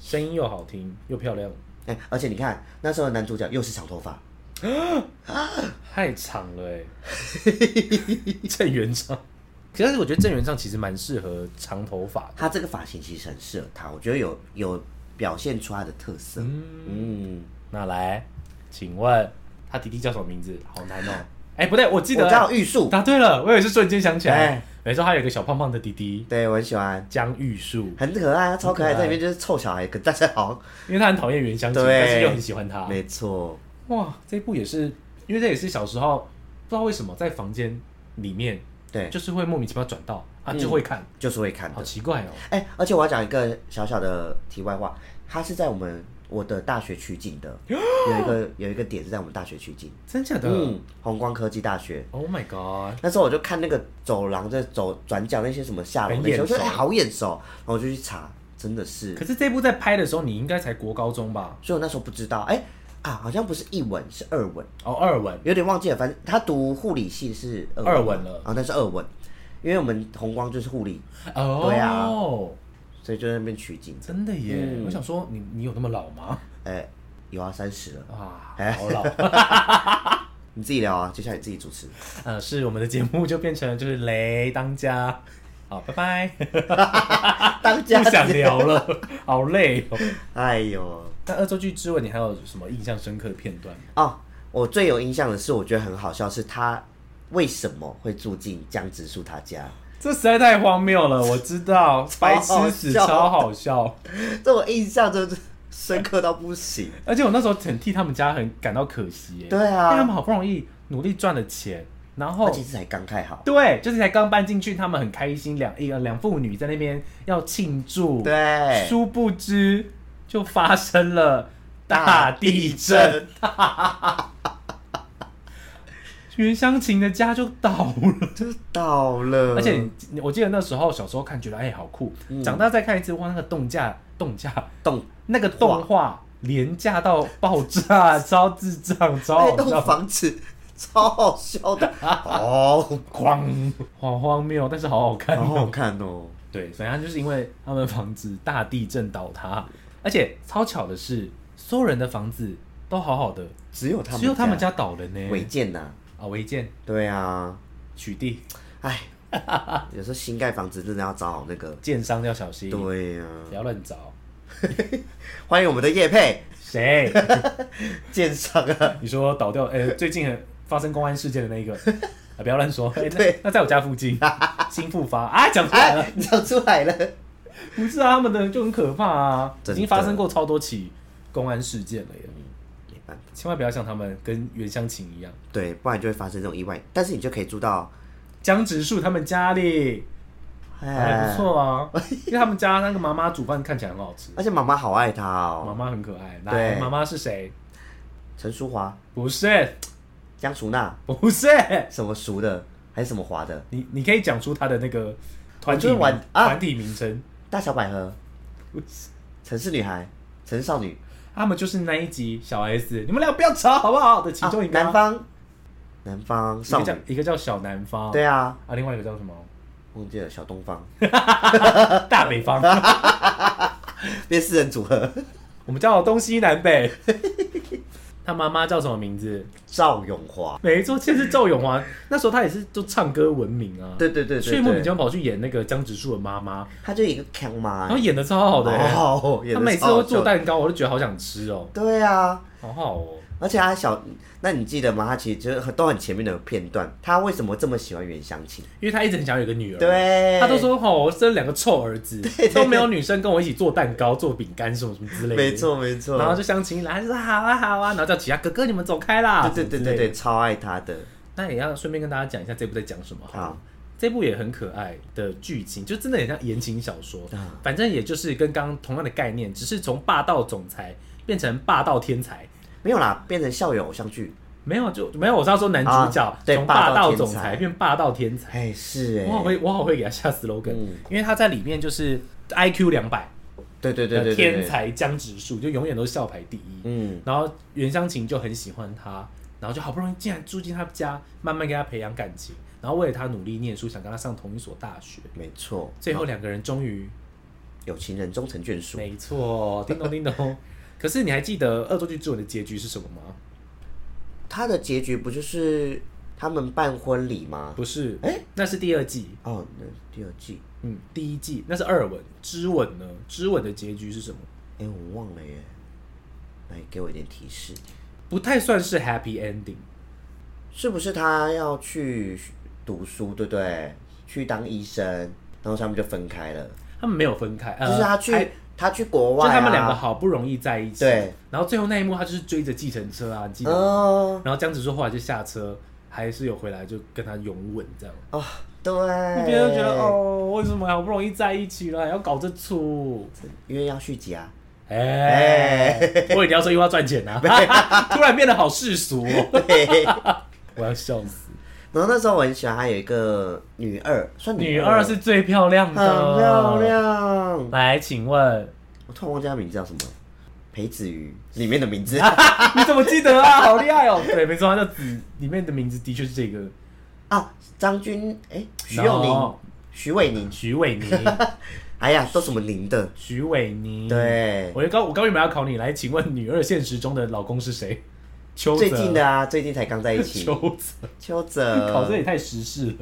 Speaker 1: 声音又好听又漂亮，
Speaker 2: 哎、而且你看那时候的男主角又是长头发，
Speaker 1: 太长了 <laughs> 哎、欸，郑元畅。可是我觉得郑元畅其实蛮适合长头发的，
Speaker 2: 他这个发型其实很适合他，我觉得有有表现出他的特色。嗯，
Speaker 1: 那来，请问他弟弟叫什么名字？好难 <laughs> 哦、哎、不对，我记得
Speaker 2: 我
Speaker 1: 了
Speaker 2: 叫玉树，
Speaker 1: 答对了，我也是瞬间想起来
Speaker 2: 哎。
Speaker 1: 没错，他有一个小胖胖的弟弟
Speaker 2: 对我很喜欢，
Speaker 1: 江玉树，
Speaker 2: 很可爱，他超可爱，
Speaker 1: 很可爱
Speaker 2: 在里面就是臭小孩，可但是好像、
Speaker 1: 因为他很讨厌袁湘琴，
Speaker 2: 对
Speaker 1: 但是又很喜欢他。
Speaker 2: 没错，
Speaker 1: 哇，这一部也是，因为这也是小时候不知道为什么在房间里面
Speaker 2: 对，
Speaker 1: 就是会莫名其妙转到啊，
Speaker 2: 嗯
Speaker 1: 就会看，
Speaker 2: 就是会看
Speaker 1: 好
Speaker 2: 的。
Speaker 1: 奇怪哦、
Speaker 2: 哎、而且我要讲一个小小的题外话，他是在我们我的大学取
Speaker 1: <gasps>
Speaker 2: 景的，有一个有一个点是在我们大学取景，
Speaker 1: 真假的、
Speaker 2: 嗯，红光科技大学。
Speaker 1: o h my god！
Speaker 2: 那时候我就看那个走廊在走转角那些什么下楼
Speaker 1: 很
Speaker 2: 那些，我觉得
Speaker 1: 眼熟
Speaker 2: 哎好眼熟，然后我就去查，真的是
Speaker 1: 可是这部在拍的时候，你应该才国高中吧？
Speaker 2: 所以我那时候不知道，哎、啊，好像不是一文是二文，
Speaker 1: 哦，二文，
Speaker 2: 有点忘记了。反正他读护理系是
Speaker 1: 二
Speaker 2: 二
Speaker 1: 文了
Speaker 2: 啊，那是二文，因为我们红光就是护理，
Speaker 1: 哦，
Speaker 2: 对啊所以就在那边取景。
Speaker 1: 真的耶！
Speaker 2: 嗯
Speaker 1: 我想说你，你有那么老吗？
Speaker 2: 哎、有啊，三十了，
Speaker 1: 啊，
Speaker 2: 哎
Speaker 1: 好
Speaker 2: <laughs>
Speaker 1: 老。
Speaker 2: 你自己聊啊，接下来你自己主持。
Speaker 1: 呃，是我们的节目就变成了就是雷当家，好，拜拜，
Speaker 2: 当家
Speaker 1: 不想聊了，好累哦。
Speaker 2: 哎呦，
Speaker 1: 那恶作剧之吻，你还有什么印象深刻的片段吗？
Speaker 2: 哦，我最有印象的是，我觉得很好笑，是他为什么会住进江直树他家？
Speaker 1: 这实在太荒谬了，我知 <laughs> 道，白痴死，
Speaker 2: 超好笑
Speaker 1: 超好笑。
Speaker 2: 这我印象真的是深刻到不行。
Speaker 1: 而且我那时候很替他们家很感到可惜耶，
Speaker 2: 对
Speaker 1: 因为他
Speaker 2: 啊
Speaker 1: 们，好不容易努力赚了钱，然后
Speaker 2: 他其实才刚开好。
Speaker 1: 对，就是才刚搬进去，他们很开心，两一个两父女在那边要庆祝，，
Speaker 2: 对，
Speaker 1: 殊不知就发生了大地 <laughs> 震，袁湘琴的家就倒了。
Speaker 2: 就倒了，
Speaker 1: 而且你你我记得那时候小时
Speaker 2: 嗯
Speaker 1: 候看觉得哎、好酷，长大再看一次哇那个动价动价
Speaker 2: 动
Speaker 1: 那个动画廉价到爆炸，超智障，超好
Speaker 2: 那栋
Speaker 1: 笑，
Speaker 2: 哎房子超好
Speaker 1: <laughs>
Speaker 2: 笑的，哦，
Speaker 1: 哐，好荒谬，但是好好看
Speaker 2: 好。好看哦。
Speaker 1: 对，反正就是因为他们房子大地震倒塌，而且超巧的是，所有人的房子都好好的，
Speaker 2: 只有他们
Speaker 1: 只有他们家倒了呢。
Speaker 2: 违建呐，
Speaker 1: 啊，违建
Speaker 2: 对啊，
Speaker 1: 取缔，
Speaker 2: 哎，有时候新盖房子真的要找好那个。
Speaker 1: 建商要小心，不
Speaker 2: 对呀、
Speaker 1: 要乱找。
Speaker 2: 欢迎我们的叶佩
Speaker 1: 谁？
Speaker 2: 鉴赏 <laughs> 啊，
Speaker 1: 你说倒掉？呃，最近很发生公安事件的那一个，啊，不要乱说。哎
Speaker 2: 对
Speaker 1: 那那在我家附
Speaker 2: <laughs>
Speaker 1: 近，新复发啊，讲出来了。
Speaker 2: 哎，你讲出来了，
Speaker 1: 不是啊，他们的就很可怕啊，已
Speaker 2: 真的
Speaker 1: 经发生过超多起公安事件了耶。
Speaker 2: 没办法，
Speaker 1: 千万不要像他们跟袁湘琴一样，
Speaker 2: 对，不然就会发生这种意外。但是你就可以住到，
Speaker 1: 江直树他们家里
Speaker 2: 哎
Speaker 1: 还不，错啊，因为他们家那个妈妈煮饭看起来很好吃，
Speaker 2: 而且妈妈好爱他
Speaker 1: 妈
Speaker 2: 哦，
Speaker 1: 妈很可爱。来，
Speaker 2: 对
Speaker 1: 妈妈是谁？
Speaker 2: 陈淑华、
Speaker 1: 不是，
Speaker 2: 江淑娜，
Speaker 1: 不是，
Speaker 2: 什么淑的，还是什么华的，
Speaker 1: 你你可以讲出他的那个团体
Speaker 2: 我就是
Speaker 1: 名
Speaker 2: 玩啊
Speaker 1: 团体名称。
Speaker 2: 大小百合、
Speaker 1: 不是
Speaker 2: 城市女孩、城市少女，
Speaker 1: 他们就是那一集小 S，你们俩不要吵好不好？的其中一个啊、
Speaker 2: 啊南方，南方少
Speaker 1: 一个
Speaker 2: 女，
Speaker 1: 叫一个叫小南方，
Speaker 2: 对啊，
Speaker 1: 啊，另外一个叫什么？
Speaker 2: 忘记了小东 <laughs> 方，呃
Speaker 1: 大北方。
Speaker 2: 啊变四人组合，
Speaker 1: 我们叫东西南北。
Speaker 2: <laughs>
Speaker 1: 他妈妈叫什么名字？
Speaker 2: 赵永华，
Speaker 1: 没错，就是赵咏华。那时候他也是就唱歌闻名啊，
Speaker 2: 对对对
Speaker 1: 所以
Speaker 2: 对
Speaker 1: 莫名其
Speaker 2: 对，
Speaker 1: 妙跑去演那个江直树的妈妈，
Speaker 2: 他就一个康妈
Speaker 1: 然后，演的超好的、欸，
Speaker 2: 啊哦，演
Speaker 1: 他
Speaker 2: 得
Speaker 1: 每次
Speaker 2: 超
Speaker 1: 都
Speaker 2: 好
Speaker 1: 做
Speaker 2: 笑，
Speaker 1: 蛋糕，我就觉得好想吃哦，
Speaker 2: 对啊，
Speaker 1: 好好哦。
Speaker 2: 而且他小，那你记得吗？他其实就是很都很前面的片段，他为什么这么喜欢袁湘琴？
Speaker 1: 因为他一直很想有个女儿，，
Speaker 2: 对，
Speaker 1: 他都说哦，我生两个臭儿子，都没有女生跟我一起做蛋糕、做饼干什么什么之类的，
Speaker 2: 没。错没错，
Speaker 1: 然后就相亲来，他就说好啊好啊，然后叫其他哥哥你们走开啦，
Speaker 2: 对
Speaker 1: 什
Speaker 2: 对对对
Speaker 1: 么之类
Speaker 2: 对，
Speaker 1: 的。
Speaker 2: 超爱他的
Speaker 1: 那也要顺便跟大家讲一下这部在讲什么好了
Speaker 2: 啊，
Speaker 1: 这部也很可爱的剧情，就真的很像言情小说
Speaker 2: 啊，
Speaker 1: 反正也就是跟刚刚同样的概念，只是从霸道总裁变成霸道天才。
Speaker 2: 没有啦，变成校友偶像剧，
Speaker 1: 没有就没有，我是要说男主角
Speaker 2: 啊对
Speaker 1: 从霸
Speaker 2: 霸道
Speaker 1: 道
Speaker 2: 天才
Speaker 1: 总裁变霸道天才。
Speaker 2: 哎是
Speaker 1: 我好
Speaker 2: 哎，
Speaker 1: 会，我好会给他下 slogan，
Speaker 2: 嗯
Speaker 1: 因为他在里面就是 I Q 两百
Speaker 2: 对对对
Speaker 1: 的
Speaker 2: 对
Speaker 1: 天
Speaker 2: 对对，
Speaker 1: 才江直树，就永远都是校排第一。
Speaker 2: 嗯，
Speaker 1: 然后袁湘琴就很喜欢他，然后就好不容易竟然住进他家，慢慢跟他培养感情，然后为了他努力念书，想跟他上同一所大学。
Speaker 2: 没错，
Speaker 1: 最后两个人终于
Speaker 2: 有情人终成眷属，
Speaker 1: 没
Speaker 2: 嗯
Speaker 1: 错，叮咚叮咚。可是你还记得《恶作剧之吻》的结局是什么吗？
Speaker 2: 他的结局不就是他们办婚礼吗？
Speaker 1: 不是，
Speaker 2: <laughs> 哎
Speaker 1: 那是第二季，
Speaker 2: 哦，那第二季，
Speaker 1: 嗯，第一季那是二吻，之吻呢？之吻的结局是什么？
Speaker 2: 哎我忘了耶，来给我一点提示，
Speaker 1: 不太算是 happy ending，
Speaker 2: 是不是他要去读书，对不对？去当医生，然后他们就分开了。
Speaker 1: 他们没有分开，呃、
Speaker 2: 就是他
Speaker 1: 还
Speaker 2: 去他去国
Speaker 1: 就
Speaker 2: 外、啊，
Speaker 1: 他们两个好不容易在一起，
Speaker 2: 对，
Speaker 1: 然后最后那一幕他就是追着计程车啊，你记得吗？
Speaker 2: 哦
Speaker 1: 然后江直树后来就下车，还是有回来就跟他拥吻这样。
Speaker 2: 哦，对，
Speaker 1: 那边就觉得，哦，为什么好不容易在一起了，还要搞这出？
Speaker 2: 因为要续集啊，
Speaker 1: 哎、我一定要说又要赚钱
Speaker 2: <laughs>
Speaker 1: 啊！ <laughs> 突然变得好世俗、哦，
Speaker 2: 对。 <laughs>
Speaker 1: 我要笑死。
Speaker 2: 然后那时候我很喜欢，还有一个女二，算
Speaker 1: 女
Speaker 2: 二
Speaker 1: 二是最漂亮
Speaker 2: 很
Speaker 1: 的，
Speaker 2: 漂。亮，
Speaker 1: 来，请问 <laughs>
Speaker 2: 我突然忘记她名字叫什么，裴子瑜里面的
Speaker 1: <laughs>
Speaker 2: 名字
Speaker 1: 你怎么记得啊？好厉害哦！对，没错，她叫子，里面的名字的确是这个
Speaker 2: 啊，张军，哎，徐永宁
Speaker 1: No，
Speaker 2: 徐伟宁，
Speaker 1: 徐伟
Speaker 2: <laughs>
Speaker 1: 宁，
Speaker 2: 哎呀，都什么宁的，
Speaker 1: 徐伟宁。，
Speaker 2: 对，
Speaker 1: 我刚我刚原本要考你，来，请问女二现实中的老公是谁？邱泽
Speaker 2: 最近的嗯啊，最近才刚在一
Speaker 1: <laughs>
Speaker 2: 起，
Speaker 1: 邱泽。
Speaker 2: 邱泽，
Speaker 1: 考这也太时事了。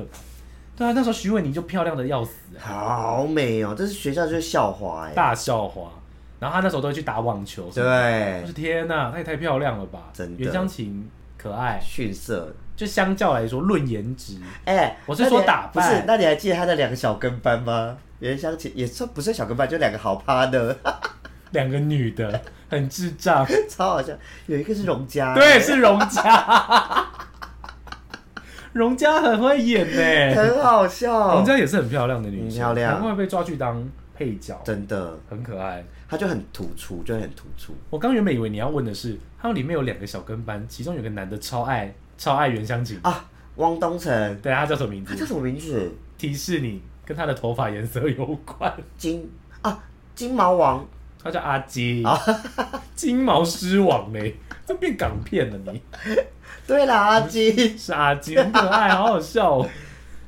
Speaker 1: 对啊，那时候徐伟宁就漂亮的要死、欸
Speaker 2: 好美哦，这是学校就是校花哎，
Speaker 1: 大校花。然后她那时候都会去打网球，我
Speaker 2: 对
Speaker 1: 说，天呐，她也太漂亮了吧！
Speaker 2: 真的
Speaker 1: 袁湘琴可爱，
Speaker 2: 逊色，
Speaker 1: 就相较来说，论颜值，
Speaker 2: 哎、
Speaker 1: 我是说
Speaker 2: 那你还
Speaker 1: 打
Speaker 2: 不是
Speaker 1: 扮？
Speaker 2: 那你还记得他的两个小跟班吗？袁湘琴也算不是小跟班，就两个好趴的，
Speaker 1: 两个女的很智障，
Speaker 2: <laughs> 超好笑。有一个是荣家，
Speaker 1: 对，是荣佳，荣佳很会演呢、
Speaker 2: 很好
Speaker 1: 荣
Speaker 2: 笑，
Speaker 1: 佳也是很漂亮的女生，
Speaker 2: 很哦嗯漂亮
Speaker 1: 难怪被抓去当配角，
Speaker 2: 真的，
Speaker 1: 很可爱。
Speaker 2: 他就很突出，就很突出。
Speaker 1: 我刚原本以为你要问的是，他们里面有两个小跟班，其中有个男的超爱超爱袁湘琴，
Speaker 2: 啊，汪东城，
Speaker 1: 对，他叫什么名
Speaker 2: 他叫
Speaker 1: 字？
Speaker 2: 什么名字？
Speaker 1: 提示你，跟他的头发颜色有关。
Speaker 2: 金啊，金毛王，
Speaker 1: 他叫阿金，金毛狮王嘞，这变港片了你。
Speaker 2: 对啦，阿
Speaker 1: <laughs>
Speaker 2: 基，
Speaker 1: 是阿金，很可爱，好好笑哦。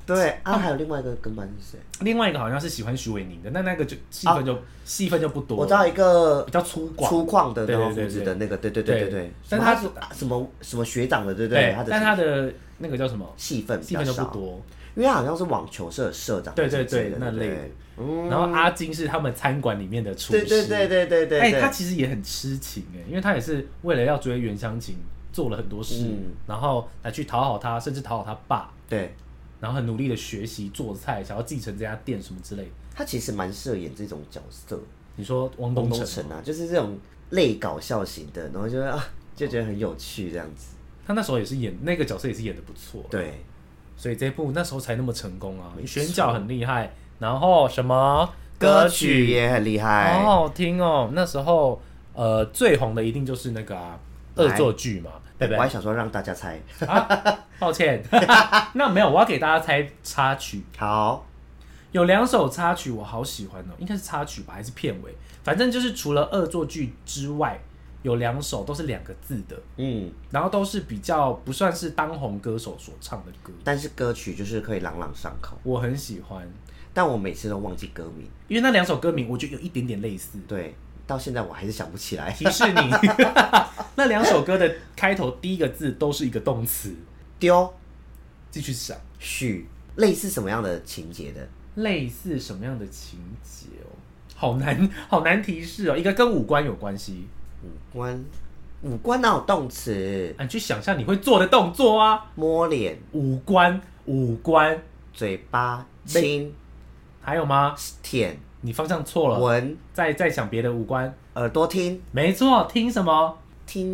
Speaker 2: 对啊，还有另外一个跟班是谁？
Speaker 1: 另外一个好像是喜欢徐伟宁的，但那个就戏份就戏份就不多了。
Speaker 2: 啊我知道一个
Speaker 1: 比较粗犷，
Speaker 2: 粗犷的，
Speaker 1: 对
Speaker 2: 然
Speaker 1: 对
Speaker 2: 后
Speaker 1: 对
Speaker 2: 胡子
Speaker 1: 对
Speaker 2: 的那个，对对对
Speaker 1: 对
Speaker 2: 对对。
Speaker 1: 但他
Speaker 2: 什么啊什么什么学长的，对不
Speaker 1: 对
Speaker 2: 他，的
Speaker 1: 但他的那个叫什么
Speaker 2: 戏份比
Speaker 1: 戏
Speaker 2: 较
Speaker 1: 份就不
Speaker 2: 少，
Speaker 1: 多。
Speaker 2: 因为他好像是网球社的社长，
Speaker 1: 对对
Speaker 2: 之类
Speaker 1: 对
Speaker 2: 的
Speaker 1: 那
Speaker 2: 对
Speaker 1: 类
Speaker 2: 不
Speaker 1: 的
Speaker 2: 对。嗯，
Speaker 1: 然后阿金是他们餐馆里面的厨
Speaker 2: 对
Speaker 1: 师，
Speaker 2: 对对对对对
Speaker 1: 哎、
Speaker 2: 对，
Speaker 1: 他其实也很痴情哎、因为他也是为了要追袁湘琴做了很多事，
Speaker 2: 嗯
Speaker 1: 然后来去讨好他，甚至讨好他爸，
Speaker 2: 对
Speaker 1: 然后很努力的学习做菜，想要继承这家店什么之类的。
Speaker 2: 他其实蛮适合演这种角色，
Speaker 1: 你说汪
Speaker 2: 东
Speaker 1: 东城，
Speaker 2: 城啊，就是这种类搞笑型的，然后就会啊就觉得很有趣这样子。
Speaker 1: 他那时候也是演那个角色也是演的不错，
Speaker 2: 对，
Speaker 1: 所以这部那时候才那么成功啊
Speaker 2: 没，错
Speaker 1: 选角很厉害，然后什么
Speaker 2: 歌曲也很厉
Speaker 1: 好
Speaker 2: 害，
Speaker 1: 好听哦。那时候呃最红的一定就是那个啊恶作剧嘛，对不
Speaker 2: 我还
Speaker 1: 对？
Speaker 2: 想说让大家猜。
Speaker 1: 啊，抱歉， <laughs> 那没有，我要给大家猜插曲，
Speaker 2: 好，
Speaker 1: 有两首插曲我好喜欢哦，应该是插曲吧，还是片尾？反正就是除了恶作剧之外，有两首都是两个字的，
Speaker 2: 嗯，
Speaker 1: 然后都是比较不算是当红歌手所唱的歌，
Speaker 2: 但是歌曲就是可以朗朗上口，
Speaker 1: 我很喜欢，
Speaker 2: 但我每次都忘记歌名。
Speaker 1: 因为那两首歌名我觉得有一点点类似。
Speaker 2: 对，到现在我还是想不起来。 <laughs>
Speaker 1: 提示你， <laughs> 那两首歌的开头第一个字都是一个动词，
Speaker 2: 丢
Speaker 1: 继续想，
Speaker 2: 许类似什么样的情节的？
Speaker 1: 类似什么样的情节哦？好难，好难提示哦。一个跟五官有关系，
Speaker 2: 五官，五官哪有动词？
Speaker 1: 啊，你去想象你会做的动作啊。
Speaker 2: 摸脸、
Speaker 1: 五官，五官，
Speaker 2: 嘴巴、
Speaker 1: 被
Speaker 2: 亲、
Speaker 1: 还有吗？
Speaker 2: 舔、
Speaker 1: 你方向错了，
Speaker 2: 闻、
Speaker 1: 再再想别的五官。
Speaker 2: 耳朵听、
Speaker 1: 没错，听什么？
Speaker 2: 听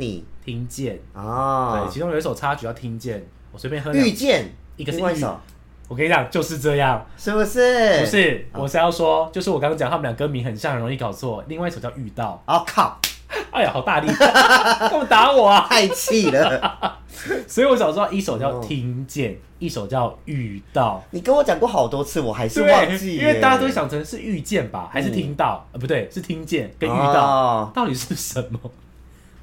Speaker 2: 你
Speaker 1: 听见。对，
Speaker 2: 哦
Speaker 1: 其，中有一首插曲叫《听见》，我随便喝两
Speaker 2: 遇。见
Speaker 1: 一个是
Speaker 2: 另外
Speaker 1: 遇
Speaker 2: 一首，
Speaker 1: 我跟你讲，就是这样。
Speaker 2: 是不是？
Speaker 1: 不，是，
Speaker 2: 啊
Speaker 1: 我是要说，就是我刚刚讲他们俩歌名很像，很容易搞错。另外一首叫《遇到
Speaker 2: 哦靠，》，
Speaker 1: 哎呀，好大力，
Speaker 2: <laughs>
Speaker 1: 干嘛打我啊？
Speaker 2: 太气
Speaker 1: <laughs>
Speaker 2: 了！
Speaker 1: 所以我想说，一首叫
Speaker 2: 哦
Speaker 1: 《听见》，一首叫《遇到
Speaker 2: 你跟我讲过好多次，我还》，是忘
Speaker 1: 对，
Speaker 2: 记耶，嗯
Speaker 1: 因为大家都会想成是遇见吧，还是听到？呃，不对，是听见跟遇到，
Speaker 2: 哦
Speaker 1: 到底是什么？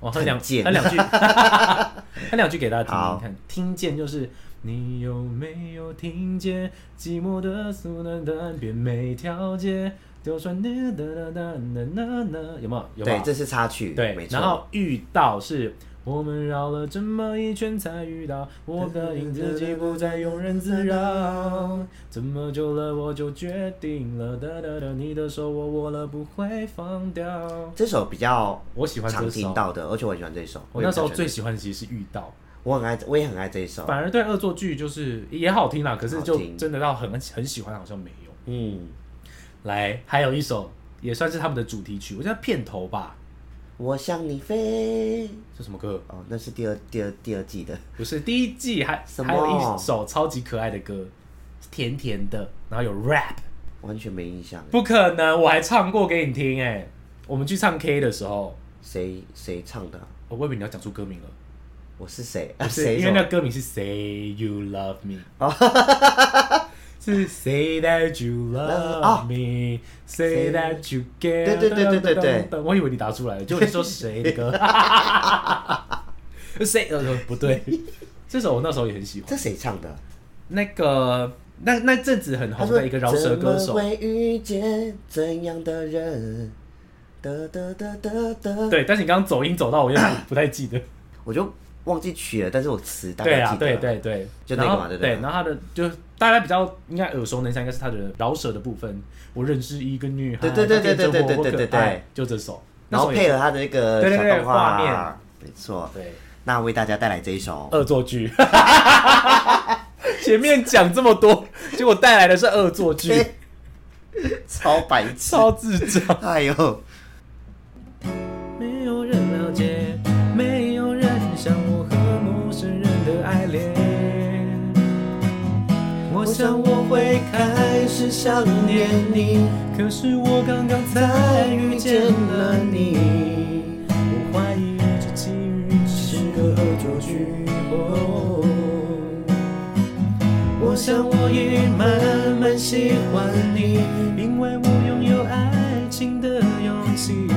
Speaker 1: 我哼两
Speaker 2: 很贱
Speaker 1: 哼
Speaker 2: <laughs>
Speaker 1: 两句， <laughs> 哼两句给大家听听
Speaker 2: 好
Speaker 1: 看。听见就是你有没有听见？寂寞的苏南单遍每条街，就算你哒哒哒哒哒哒，有没有？有没
Speaker 2: 对，这
Speaker 1: 有？
Speaker 2: 是插曲，
Speaker 1: 对
Speaker 2: 没，错。
Speaker 1: 然后遇到是。我们绕了这么一圈才遇到，我的影子几不再庸人自扰。怎么久了我就决定了，哒哒哒，你的手我握了不会放掉。
Speaker 2: 这首比较
Speaker 1: 我喜欢这
Speaker 2: 常
Speaker 1: 首
Speaker 2: 听到的，而且我很喜欢这首。
Speaker 1: 我
Speaker 2: 也
Speaker 1: 那
Speaker 2: 比
Speaker 1: 时
Speaker 2: 较
Speaker 1: 候
Speaker 2: 喜欢
Speaker 1: 最喜欢的其实是遇到，
Speaker 2: 我很爱，我也很爱这一首。
Speaker 1: 反而对恶作剧就是也好听啦，可是就
Speaker 2: 好听
Speaker 1: 真的到很很喜欢好像没有。
Speaker 2: 嗯，
Speaker 1: 来，还有一首也算是他们的主题曲，我叫片头吧，
Speaker 2: 我向你飞。
Speaker 1: 这什么歌？
Speaker 2: 哦，那是第二第二第二季的。 <laughs>
Speaker 1: 不是第一季还
Speaker 2: 什么
Speaker 1: 还有一首超级可爱的歌，是甜甜的，然后有 rap，
Speaker 2: 完全没印象。
Speaker 1: 不可能，我还唱过给你听哎、我们去唱 K 的时候，
Speaker 2: 谁谁唱的啊、
Speaker 1: 我以为你要讲出歌名了，
Speaker 2: 我是谁？
Speaker 1: 不是，
Speaker 2: 啊谁
Speaker 1: 因为那
Speaker 2: 说？
Speaker 1: 歌名是 Say You Love Me，是
Speaker 2: 哦
Speaker 1: <laughs> Say That You
Speaker 2: 啊
Speaker 1: Love Me，Say That You Care，
Speaker 2: 对对对对对对
Speaker 1: 对，我以为你答出来了，结果你说谁的歌？ <laughs> 谁？呃，不对，这首我那时候也很喜欢。
Speaker 2: 这谁唱的啊？
Speaker 1: 那个那那阵子很
Speaker 2: 他
Speaker 1: 红
Speaker 2: 说
Speaker 1: 哦的一个饶舌歌
Speaker 2: 怎
Speaker 1: 手
Speaker 2: 么，会遇见怎样的人？得得得得得。
Speaker 1: 对，但是你刚刚走音走到我也不不太记得。
Speaker 2: 我就忘记曲了，但是我词大
Speaker 1: 对
Speaker 2: 概
Speaker 1: 啊，
Speaker 2: 记得。
Speaker 1: 对对对，
Speaker 2: 就
Speaker 1: 然
Speaker 2: 那个
Speaker 1: 后
Speaker 2: 嘛对不
Speaker 1: 对
Speaker 2: 对
Speaker 1: 然后他的就大家比较应该呃耳熟能详，应该是他的饶舌的部分。我认识一个女孩，
Speaker 2: 对对对
Speaker 1: 她变
Speaker 2: 对
Speaker 1: 成
Speaker 2: 对对
Speaker 1: 我
Speaker 2: 对对
Speaker 1: 我可爱
Speaker 2: 对
Speaker 1: 就这首，
Speaker 2: 然后
Speaker 1: 那时候也
Speaker 2: 配合他的那个
Speaker 1: 对对
Speaker 2: 小
Speaker 1: 对
Speaker 2: 动
Speaker 1: 画
Speaker 2: 画
Speaker 1: 面，
Speaker 2: 没错。
Speaker 1: 对
Speaker 2: 那为大家带来这一首。
Speaker 1: 恶作剧。 <laughs> 前面讲这么多，结果带来的是恶作
Speaker 2: <laughs>
Speaker 1: 剧，
Speaker 2: 超白痴！
Speaker 1: 超智障。
Speaker 2: 哎呦，
Speaker 1: 没有人了解，没有人像我和陌生人的爱恋。我想我会开始想念你，可是我刚刚才遇见了你。我怀疑这际遇只是个恶作剧。哦我想我已慢慢喜欢你，因为我拥有爱情。行的勇气，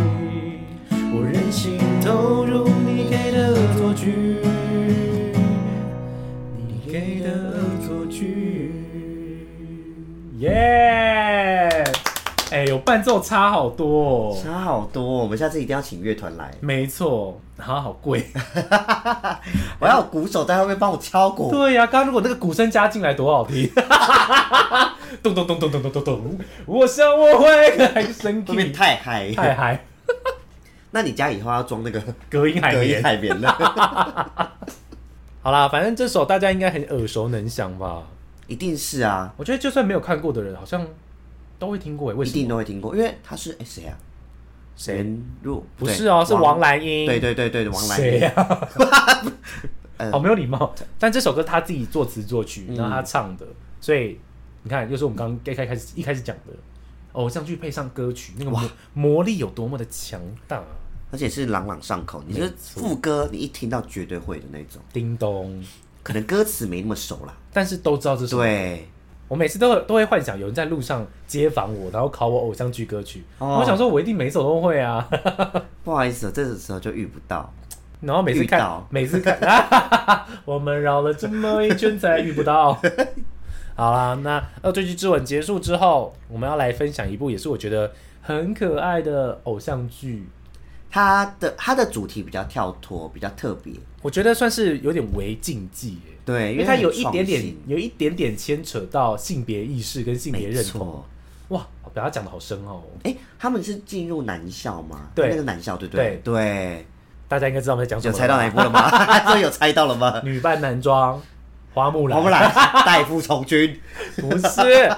Speaker 1: 我任性投入你给的恶作剧，你给的恶作剧。耶！哎，有伴奏差好多、哦。
Speaker 2: 差好多，我们下次一定要请乐团来。
Speaker 1: 没错，好好贵。
Speaker 2: 我要有鼓手在后面帮我敲鼓，
Speaker 1: 对呀、刚刚如果那个鼓声加进来，多好听！咚咚咚咚咚咚咚咚，我想我会还是生
Speaker 2: 会不会
Speaker 1: 气，
Speaker 2: 太嗨？
Speaker 1: 太嗨，
Speaker 2: 那你家以后要装那个
Speaker 1: 隔音 <laughs> 海
Speaker 2: 隔音
Speaker 1: 绵。
Speaker 2: 海
Speaker 1: <laughs>
Speaker 2: 绵了，
Speaker 1: 好啦，反正这首大家应该很耳熟能详吧？
Speaker 2: 一定是啊，
Speaker 1: 我觉得就算没有看过的人，好像都会听过诶。为
Speaker 2: 一
Speaker 1: 什
Speaker 2: 定
Speaker 1: 么？
Speaker 2: 都会听过，因为他是哎谁啊？任入
Speaker 1: 不是哦，是王。蓝
Speaker 2: 对
Speaker 1: 英。
Speaker 2: 对对对对，王蓝
Speaker 1: 谁呀？
Speaker 2: <laughs> 嗯
Speaker 1: 好没有礼貌。但这首歌他自己作词作曲，然后他唱的，所以你看，又是我们刚刚一开开始一开始讲的哦偶像剧配上歌曲，那个魔魔力有多么的强大。啊
Speaker 2: 而且是朗朗上口，你就是副歌，你一听到绝对会的那种。
Speaker 1: 叮咚，
Speaker 2: 可能歌词没那么熟啦。
Speaker 1: 但是都知道这首。
Speaker 2: 对，
Speaker 1: 我每次都有都会幻想有人在路上街访我，然后考我偶像剧歌曲。
Speaker 2: 哦
Speaker 1: 我想说，我一定每首都会啊。
Speaker 2: 不好意思，这个时候就遇不到。
Speaker 1: 然后每次
Speaker 2: 遇
Speaker 1: 看
Speaker 2: 到，
Speaker 1: 每次
Speaker 2: <laughs>
Speaker 1: 看，啊、哈哈哈我们绕了这么一圈才遇不到。 <laughs> 好啦，那恶作剧之吻结束之后，我们要来分享一部也是我觉得很可爱的偶像剧，
Speaker 2: 它的它的主题比较跳脱，比较特别。
Speaker 1: 我觉得算是有点违禁忌耶，
Speaker 2: 对，
Speaker 1: 因
Speaker 2: 因
Speaker 1: 为
Speaker 2: 为
Speaker 1: 它
Speaker 2: 它
Speaker 1: 有
Speaker 2: 很
Speaker 1: 一
Speaker 2: 哎创
Speaker 1: 点点
Speaker 2: 新，
Speaker 1: 有一点点牵扯到性别意识跟性别
Speaker 2: 没
Speaker 1: 认同。
Speaker 2: 错。
Speaker 1: 哇，把它讲的好深奥、哦，
Speaker 2: 哎，他们是进入男校吗？
Speaker 1: 对
Speaker 2: 那个男校，对不对？对，
Speaker 1: 大家应该知道我们在讲什
Speaker 2: 有
Speaker 1: 么了吧。
Speaker 2: 猜到哎哪一部了
Speaker 1: <laughs>
Speaker 2: 吗？<laughs> 这有猜到了吗？
Speaker 1: 女扮男装，花木兰，
Speaker 2: 我们来 <laughs> 代父从军，
Speaker 1: 不是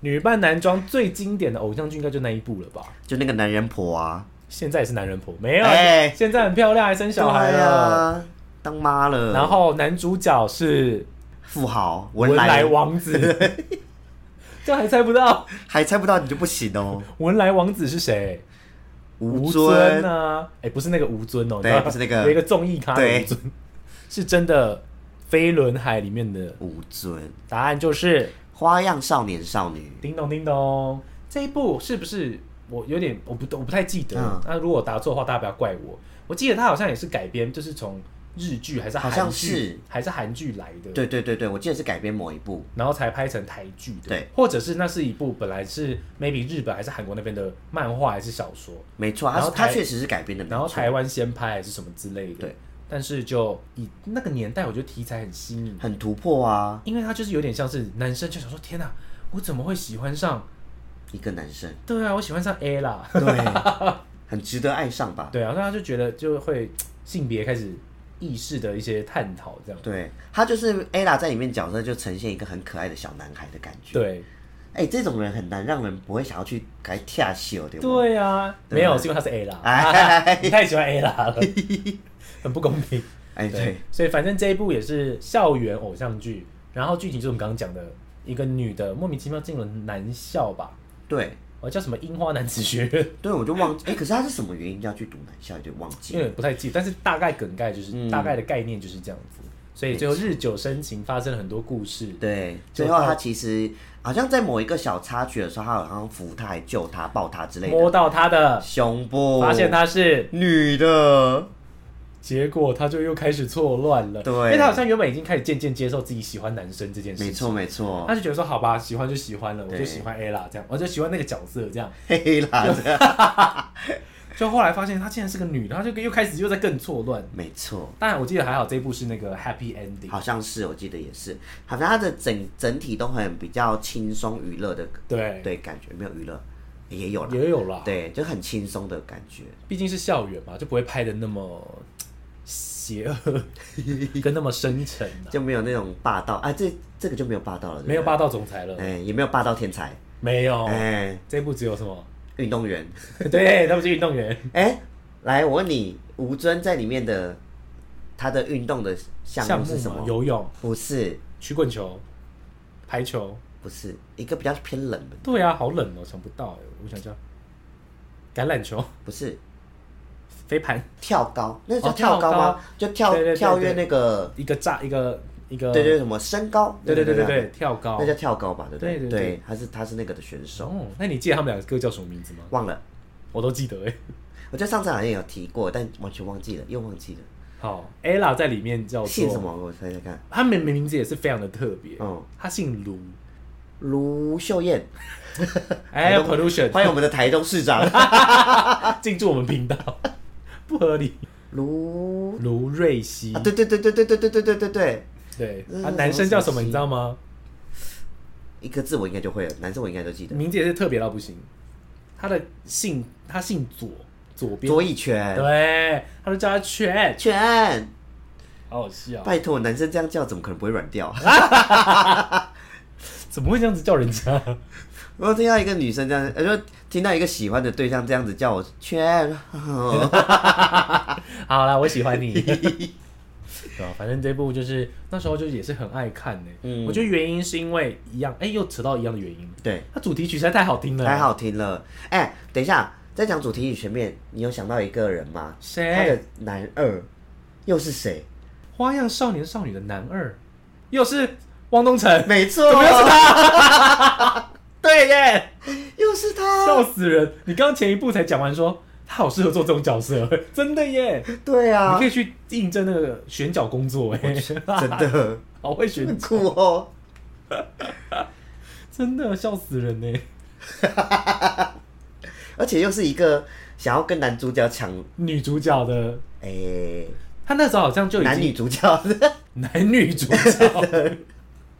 Speaker 1: 女扮男装最经典的偶像剧，应该就那一部了吧？
Speaker 2: 就那个男人婆啊，
Speaker 1: 现在也是男人婆，没有，
Speaker 2: 哎
Speaker 1: 现在很漂亮，还生小孩
Speaker 2: 对
Speaker 1: 了。
Speaker 2: 啊，当妈了，
Speaker 1: 然后男主角是
Speaker 2: 富豪
Speaker 1: 文
Speaker 2: 文
Speaker 1: 莱
Speaker 2: 莱，
Speaker 1: 王子，这还猜不到
Speaker 2: 还猜不到你就不行哦。
Speaker 1: 文莱王子是谁？
Speaker 2: 吴
Speaker 1: 尊
Speaker 2: 尊
Speaker 1: 啊，哎、不是那个吴尊哦，
Speaker 2: 对
Speaker 1: 你知道
Speaker 2: 不是那个
Speaker 1: 有一个综艺咖的
Speaker 2: 对
Speaker 1: 吴尊，是真的飞轮海里面的
Speaker 2: 吴尊，
Speaker 1: 答案就是
Speaker 2: 花样少年少女，
Speaker 1: 叮咚叮咚，这一部是不是我有点我不我不太记得？
Speaker 2: 嗯
Speaker 1: 那、如果我答错的话，大家不要怪我。我记得它好像也是改编，就是从日剧还是韩剧，
Speaker 2: 好像是
Speaker 1: 还是韩剧来的，
Speaker 2: 对对对对，我记得是改编某一部，
Speaker 1: 然后才拍成台剧的，
Speaker 2: 对，
Speaker 1: 或者是那是一部本来是 maybe 日本还是韩国那边的漫画还是小说，
Speaker 2: 没错，
Speaker 1: 然
Speaker 2: 它
Speaker 1: 后
Speaker 2: 是它
Speaker 1: 台
Speaker 2: 确实是改编的，没
Speaker 1: 然后
Speaker 2: 错。
Speaker 1: 台湾先拍还是什么之类的，
Speaker 2: 对。
Speaker 1: 但是就以那个年代，我觉得题材很新颖，
Speaker 2: 很突破啊，
Speaker 1: 因为它就是有点像是男生就想说，天哪、我怎么会喜欢上？
Speaker 2: 一个男生，
Speaker 1: 对啊，我喜欢上 A 啦。
Speaker 2: 对，
Speaker 1: <laughs>
Speaker 2: 很值得爱上吧？
Speaker 1: 对啊，那他就觉得就会性别开始意识的一些探讨这样。
Speaker 2: 对，他就是 ella 在里面角色就呈现一个很可爱的小男孩的感觉。，
Speaker 1: 对
Speaker 2: 哎、这种人很难让人不会想要去改跳秀，哦对不？
Speaker 1: 对啊，
Speaker 2: 对
Speaker 1: 没有是因为他是 A 啦
Speaker 2: 哎，
Speaker 1: <laughs> 你太喜欢 A 啦了，很不公平。
Speaker 2: 哎、对，，
Speaker 1: 所以反正这一部也是校园偶像剧，然后剧情就是我们刚刚讲的一个女的莫名其妙进了男校吧，
Speaker 2: 对，
Speaker 1: 哦叫什么樱花男子学院，
Speaker 2: 对，我就忘记，哎、可是他是什么原因要去读男校，有点忘
Speaker 1: 因
Speaker 2: 记。
Speaker 1: 为不太记，但是大概梗概就是、
Speaker 2: 嗯
Speaker 1: 大概的概念就是这样子。所以最后日久生情，发生了很多故事。
Speaker 2: 对，
Speaker 1: 就
Speaker 2: 最后他其实好像在某一个小插曲的时候，他好像扶他、还救他、抱他之类
Speaker 1: 摸
Speaker 2: 的，
Speaker 1: 到她的，
Speaker 2: 胸部，
Speaker 1: 发现她是
Speaker 2: 女的，
Speaker 1: 结果他就又开始错乱了，
Speaker 2: 对
Speaker 1: 因为他好像原本已经开始渐渐接受自己喜欢男生这件事
Speaker 2: 没
Speaker 1: 情，
Speaker 2: 错没错 <laughs>
Speaker 1: 他，就觉得说好吧，喜欢就喜欢了，我
Speaker 2: 对
Speaker 1: 就喜欢 A 啦，这样，我就喜欢那个角色，这样，
Speaker 2: 黑啦，这样
Speaker 1: 就后来发现他竟然是个女的，他就又开始又在更错乱。
Speaker 2: 没错。
Speaker 1: 当然我记得还好这一部是那个 Happy Ending，
Speaker 2: 好像是，我记得也是，好像它的整整体都很比较轻松娱乐的，
Speaker 1: 对，
Speaker 2: 对，感觉没有娱乐也有啦，
Speaker 1: 也有啦，
Speaker 2: 对，就很轻松的感觉，
Speaker 1: 毕竟是校园嘛，就不会拍的那么邪恶跟那么深沉啊，
Speaker 2: 就没有那种霸道啊，这这个就没有霸 <laughs> 道了，对不对
Speaker 1: 没有，霸道哦总裁了，
Speaker 2: 哎，也没有霸道天才，
Speaker 1: 没有，
Speaker 2: 哎，
Speaker 1: 这部只有什么？ <laughs>
Speaker 2: 运动员，
Speaker 1: 对，他们是运动员，
Speaker 2: 哎，来，我问你，吴尊在里面的他的运动的项
Speaker 1: 项
Speaker 2: 目是
Speaker 1: 目
Speaker 2: 什
Speaker 1: 嘛，
Speaker 2: 么？
Speaker 1: 游泳、
Speaker 2: 不是，
Speaker 1: 曲棍球、排球。
Speaker 2: 不是一个比较偏冷门，
Speaker 1: 对啊，好冷哦，想不到哎，我想想，橄榄球、 <laughs>
Speaker 2: 不是
Speaker 1: 飞盘，
Speaker 2: 跳高，那
Speaker 1: 哦
Speaker 2: 叫跳高
Speaker 1: 跳高
Speaker 2: 吗？就跳
Speaker 1: 对对对
Speaker 2: 跳
Speaker 1: 对
Speaker 2: 跃那个
Speaker 1: 一个炸一个一个
Speaker 2: 对对，什么身高，
Speaker 1: 对对对对
Speaker 2: 对
Speaker 1: 对，跳高
Speaker 2: 那。叫跳高吧，对不
Speaker 1: 对对
Speaker 2: 对
Speaker 1: 对
Speaker 2: 他是他是那个的选手，
Speaker 1: 哦，那你记得他们两个叫什么名字吗？
Speaker 2: 忘了，
Speaker 1: 我都记得哎。
Speaker 2: 我觉得上次好像有提过，但完全忘记了，又忘记了，
Speaker 1: 好，ella 在里面叫
Speaker 2: 姓
Speaker 1: 做
Speaker 2: 什？么？我猜猜看，
Speaker 1: 他们名字也是非常的特别，
Speaker 2: 嗯，
Speaker 1: 他姓卢。
Speaker 2: 卢秀燕，
Speaker 1: 哎
Speaker 2: 台东
Speaker 1: ，pollution，
Speaker 2: 欢迎我们的台中市长
Speaker 1: 进驻我们频道， <laughs> 不合理。
Speaker 2: 卢
Speaker 1: 卢瑞希，
Speaker 2: 啊，对对对对对对对对对对对，
Speaker 1: 对
Speaker 2: 嗯
Speaker 1: 啊，男生叫什
Speaker 2: 什
Speaker 1: 么
Speaker 2: 么
Speaker 1: 你知道吗？
Speaker 2: 一个字我应该就会了，男生我应该都记得，
Speaker 1: 名字也是特别到不行。他的姓，他姓左，左边，
Speaker 2: 左一拳，
Speaker 1: 对，他就叫他全，
Speaker 2: 拳，
Speaker 1: 好好笑，
Speaker 2: 拜托，男生这样叫怎么可能不会软掉？
Speaker 1: 怎么会这样子叫人 <laughs> 家？
Speaker 2: 我听到一个女生这样，呃，就听到一个喜欢的对象这样子叫我圈，
Speaker 1: 好啦，我喜欢 <laughs> 你。对啊，反正这部就是那时候就也是很爱看呢、
Speaker 2: 嗯
Speaker 1: 我觉得原因是因为一样，哎、又扯到一样的原因。
Speaker 2: 对，
Speaker 1: 它主题曲实在太好听了。
Speaker 2: 太好听了。哎、等一下，在讲主题曲前面，你有想到一个人吗？他
Speaker 1: 谁
Speaker 2: 的？男二又是谁？
Speaker 1: 花样少年少女的男二，又是汪东城，
Speaker 2: 没错，
Speaker 1: 怎么又是他？对耶，
Speaker 2: 又
Speaker 1: <laughs>
Speaker 2: 是
Speaker 1: 笑
Speaker 2: 他。
Speaker 1: 死人！你刚刚前一部才讲完说他好适合做这种角色， <laughs> 真的耶！
Speaker 2: 对
Speaker 1: 你
Speaker 2: 啊
Speaker 1: 可，以去应征那个选角工作，哎，
Speaker 2: 真的
Speaker 1: 好会选
Speaker 2: 很
Speaker 1: 角，
Speaker 2: 酷哦。
Speaker 1: 真的笑死人欸呢。
Speaker 2: 而且又是一个想要跟男主角抢，
Speaker 1: 女主角的
Speaker 2: 哎、
Speaker 1: 他那时候好像就已经啊
Speaker 2: 男女主角的，
Speaker 1: 男女主
Speaker 2: <laughs>
Speaker 1: 角，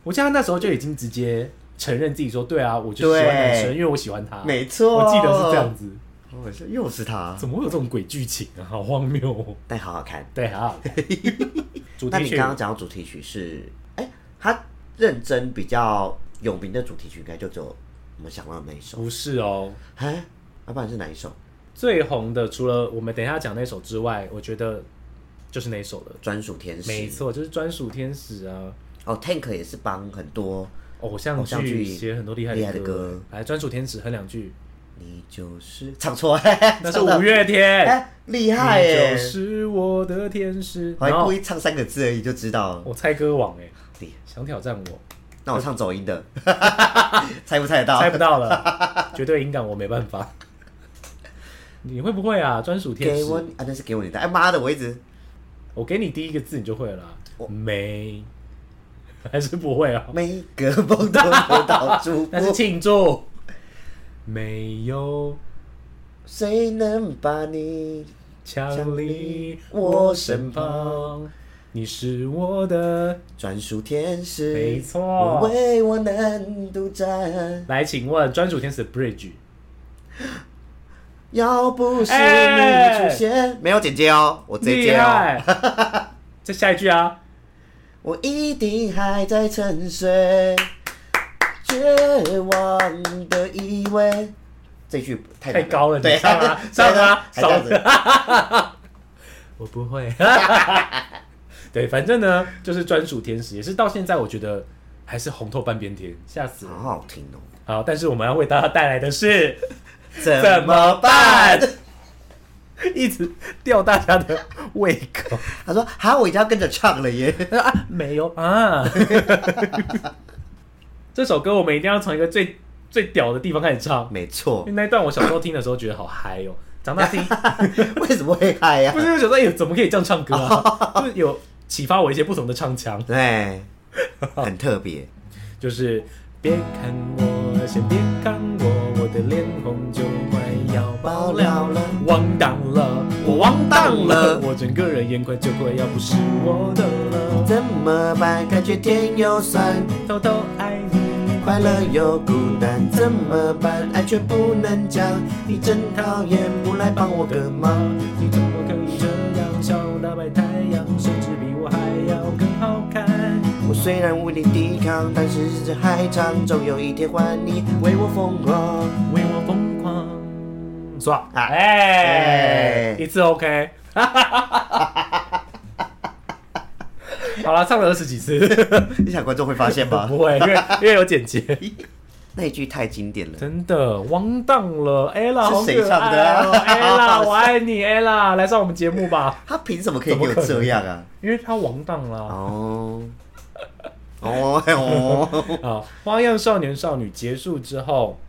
Speaker 1: 我记得他那时候就已经直接承认自己说，对啊，我就是喜欢男生，
Speaker 2: 对
Speaker 1: 因为我喜欢他。
Speaker 2: 没错，
Speaker 1: 我记得是这样。子，
Speaker 2: 我说又是他，
Speaker 1: 怎么会有这种鬼剧情啊？好荒谬、哦！
Speaker 2: 但好好看。
Speaker 1: 对
Speaker 2: <laughs>
Speaker 1: 啊，主
Speaker 2: 那
Speaker 1: 题
Speaker 2: 你
Speaker 1: 曲
Speaker 2: 刚刚讲到主题曲是，哎、他认真比较有名的主题曲应该就只有我们想到的那一首，
Speaker 1: 不是哦，
Speaker 2: 哎、要、不然是哪一首？
Speaker 1: 最红的除了我们等一下讲那首之外，我觉得就是那首了。
Speaker 2: 专属天使，
Speaker 1: 没错，就是专属天使啊，
Speaker 2: 哦，Tank 也是帮很多，
Speaker 1: 偶像
Speaker 2: 偶像
Speaker 1: 剧
Speaker 2: 剧
Speaker 1: 写很多厉害
Speaker 2: 厉害的
Speaker 1: 歌
Speaker 2: 歌。
Speaker 1: 来，专属天使哼两句，
Speaker 2: 你就是唱错，嘿嘿
Speaker 1: <laughs> 那是
Speaker 2: 哎唱到
Speaker 1: 五月天。
Speaker 2: 哎，厉害
Speaker 1: 你
Speaker 2: 耶
Speaker 1: 就！是我的天使。
Speaker 2: 我还
Speaker 1: 然后
Speaker 2: 故意唱三个字而已就知道了，
Speaker 1: 我猜歌王哎、
Speaker 2: 厉害
Speaker 1: 想挑战我，
Speaker 2: 那我唱走音的， <laughs> 猜不猜得到？
Speaker 1: 猜不到了， <laughs> 绝对音感我没办法。你会不会啊？专属天
Speaker 2: 给
Speaker 1: 使，
Speaker 2: 我
Speaker 1: 我
Speaker 2: 啊，那是给我你的。哎妈的，我一直
Speaker 1: 给你第一个字你就会了
Speaker 2: 我
Speaker 1: 啦。没，还是不会啊？
Speaker 2: 每个梦都得到
Speaker 1: <laughs>
Speaker 2: 祝
Speaker 1: 那是
Speaker 2: 福，
Speaker 1: 庆祝。没有
Speaker 2: 谁能把你
Speaker 1: 强离我
Speaker 2: 我
Speaker 1: 身
Speaker 2: 身
Speaker 1: 旁
Speaker 2: 旁，你
Speaker 1: 你是我的。
Speaker 2: 专属天使？
Speaker 1: 没错哎
Speaker 2: 我为我能独占。
Speaker 1: 来，请问专属天使的 Bridge
Speaker 2: 要不是
Speaker 1: 哎
Speaker 2: 你出现，没有姐姐哦，我直接
Speaker 1: 厉
Speaker 2: 接哦。
Speaker 1: 害，再下一句啊。
Speaker 2: 我一定还在沉睡，绝望的依偎。这句 <laughs> 太难
Speaker 1: 太高了，你
Speaker 2: 对，
Speaker 1: 上啊
Speaker 2: <laughs> 对
Speaker 1: 上啊，
Speaker 2: 还这
Speaker 1: 上
Speaker 2: 样子
Speaker 1: 啊！ <laughs> 我不会。 <laughs> 对，反正呢，就是专属天使，也是到现在我觉得还是红透半边天，吓死人
Speaker 2: 好。好听哦。
Speaker 1: 好，但是我们要为大家带来的是 <laughs>
Speaker 2: 怎么
Speaker 1: 办
Speaker 2: 办？？
Speaker 1: 一直吊大家的胃口。
Speaker 2: 他说：“哈，我一定要跟着唱了耶。 <laughs>
Speaker 1: 他说啊，没有啊。 <laughs> 这首歌我们一定要从一个最最屌的地方开始唱”，
Speaker 2: 没
Speaker 1: 因
Speaker 2: 错 <laughs>
Speaker 1: 为，那一段我小时候听的时候觉得好嗨哦，长大听。
Speaker 2: 为什么会嗨啊
Speaker 1: <laughs>
Speaker 2: 呀
Speaker 1: 不？是，就觉得哎、怎么可以这样唱歌啊？就是有启发我一些不同的唱腔，
Speaker 2: 对，很特别。
Speaker 1: 就是别看我，先别看我，我的脸红就快要爆了了，完蛋了，我完蛋了，我整个人眼快就快要不是我的了，
Speaker 2: 怎么办？感觉甜又酸，
Speaker 1: 偷偷爱你，
Speaker 2: 快乐又孤单，怎么办？爱却不能讲，你真讨厌，不来帮我个忙。
Speaker 1: 你怎么可以这样笑大白太阳，甚至比我还要更好看？
Speaker 2: 我虽然无力抵抗，但是日子还长，总有一天换你为我疯狂。
Speaker 1: <laughs> 为我疯狂。刷，
Speaker 2: 啊
Speaker 1: 哎
Speaker 2: 哎，
Speaker 1: 一次 OK。好了，唱了二十几次，
Speaker 2: <laughs> 你想观众会发现吗
Speaker 1: 不？会，因为因为有剪辑。
Speaker 2: 那一句太经典了，
Speaker 1: 真的，汪荡了，ella 好
Speaker 2: 是谁
Speaker 1: 可
Speaker 2: 唱的
Speaker 1: 爱
Speaker 2: 啊
Speaker 1: 哦，ella 我爱你，ella 来上我们节目吧，
Speaker 2: 他凭什么可以给我这样啊？
Speaker 1: 因为他王荡啦，
Speaker 2: 哦，
Speaker 1: <laughs>
Speaker 2: 哦嘿哦，
Speaker 1: 啊，花样少年少女结束之后，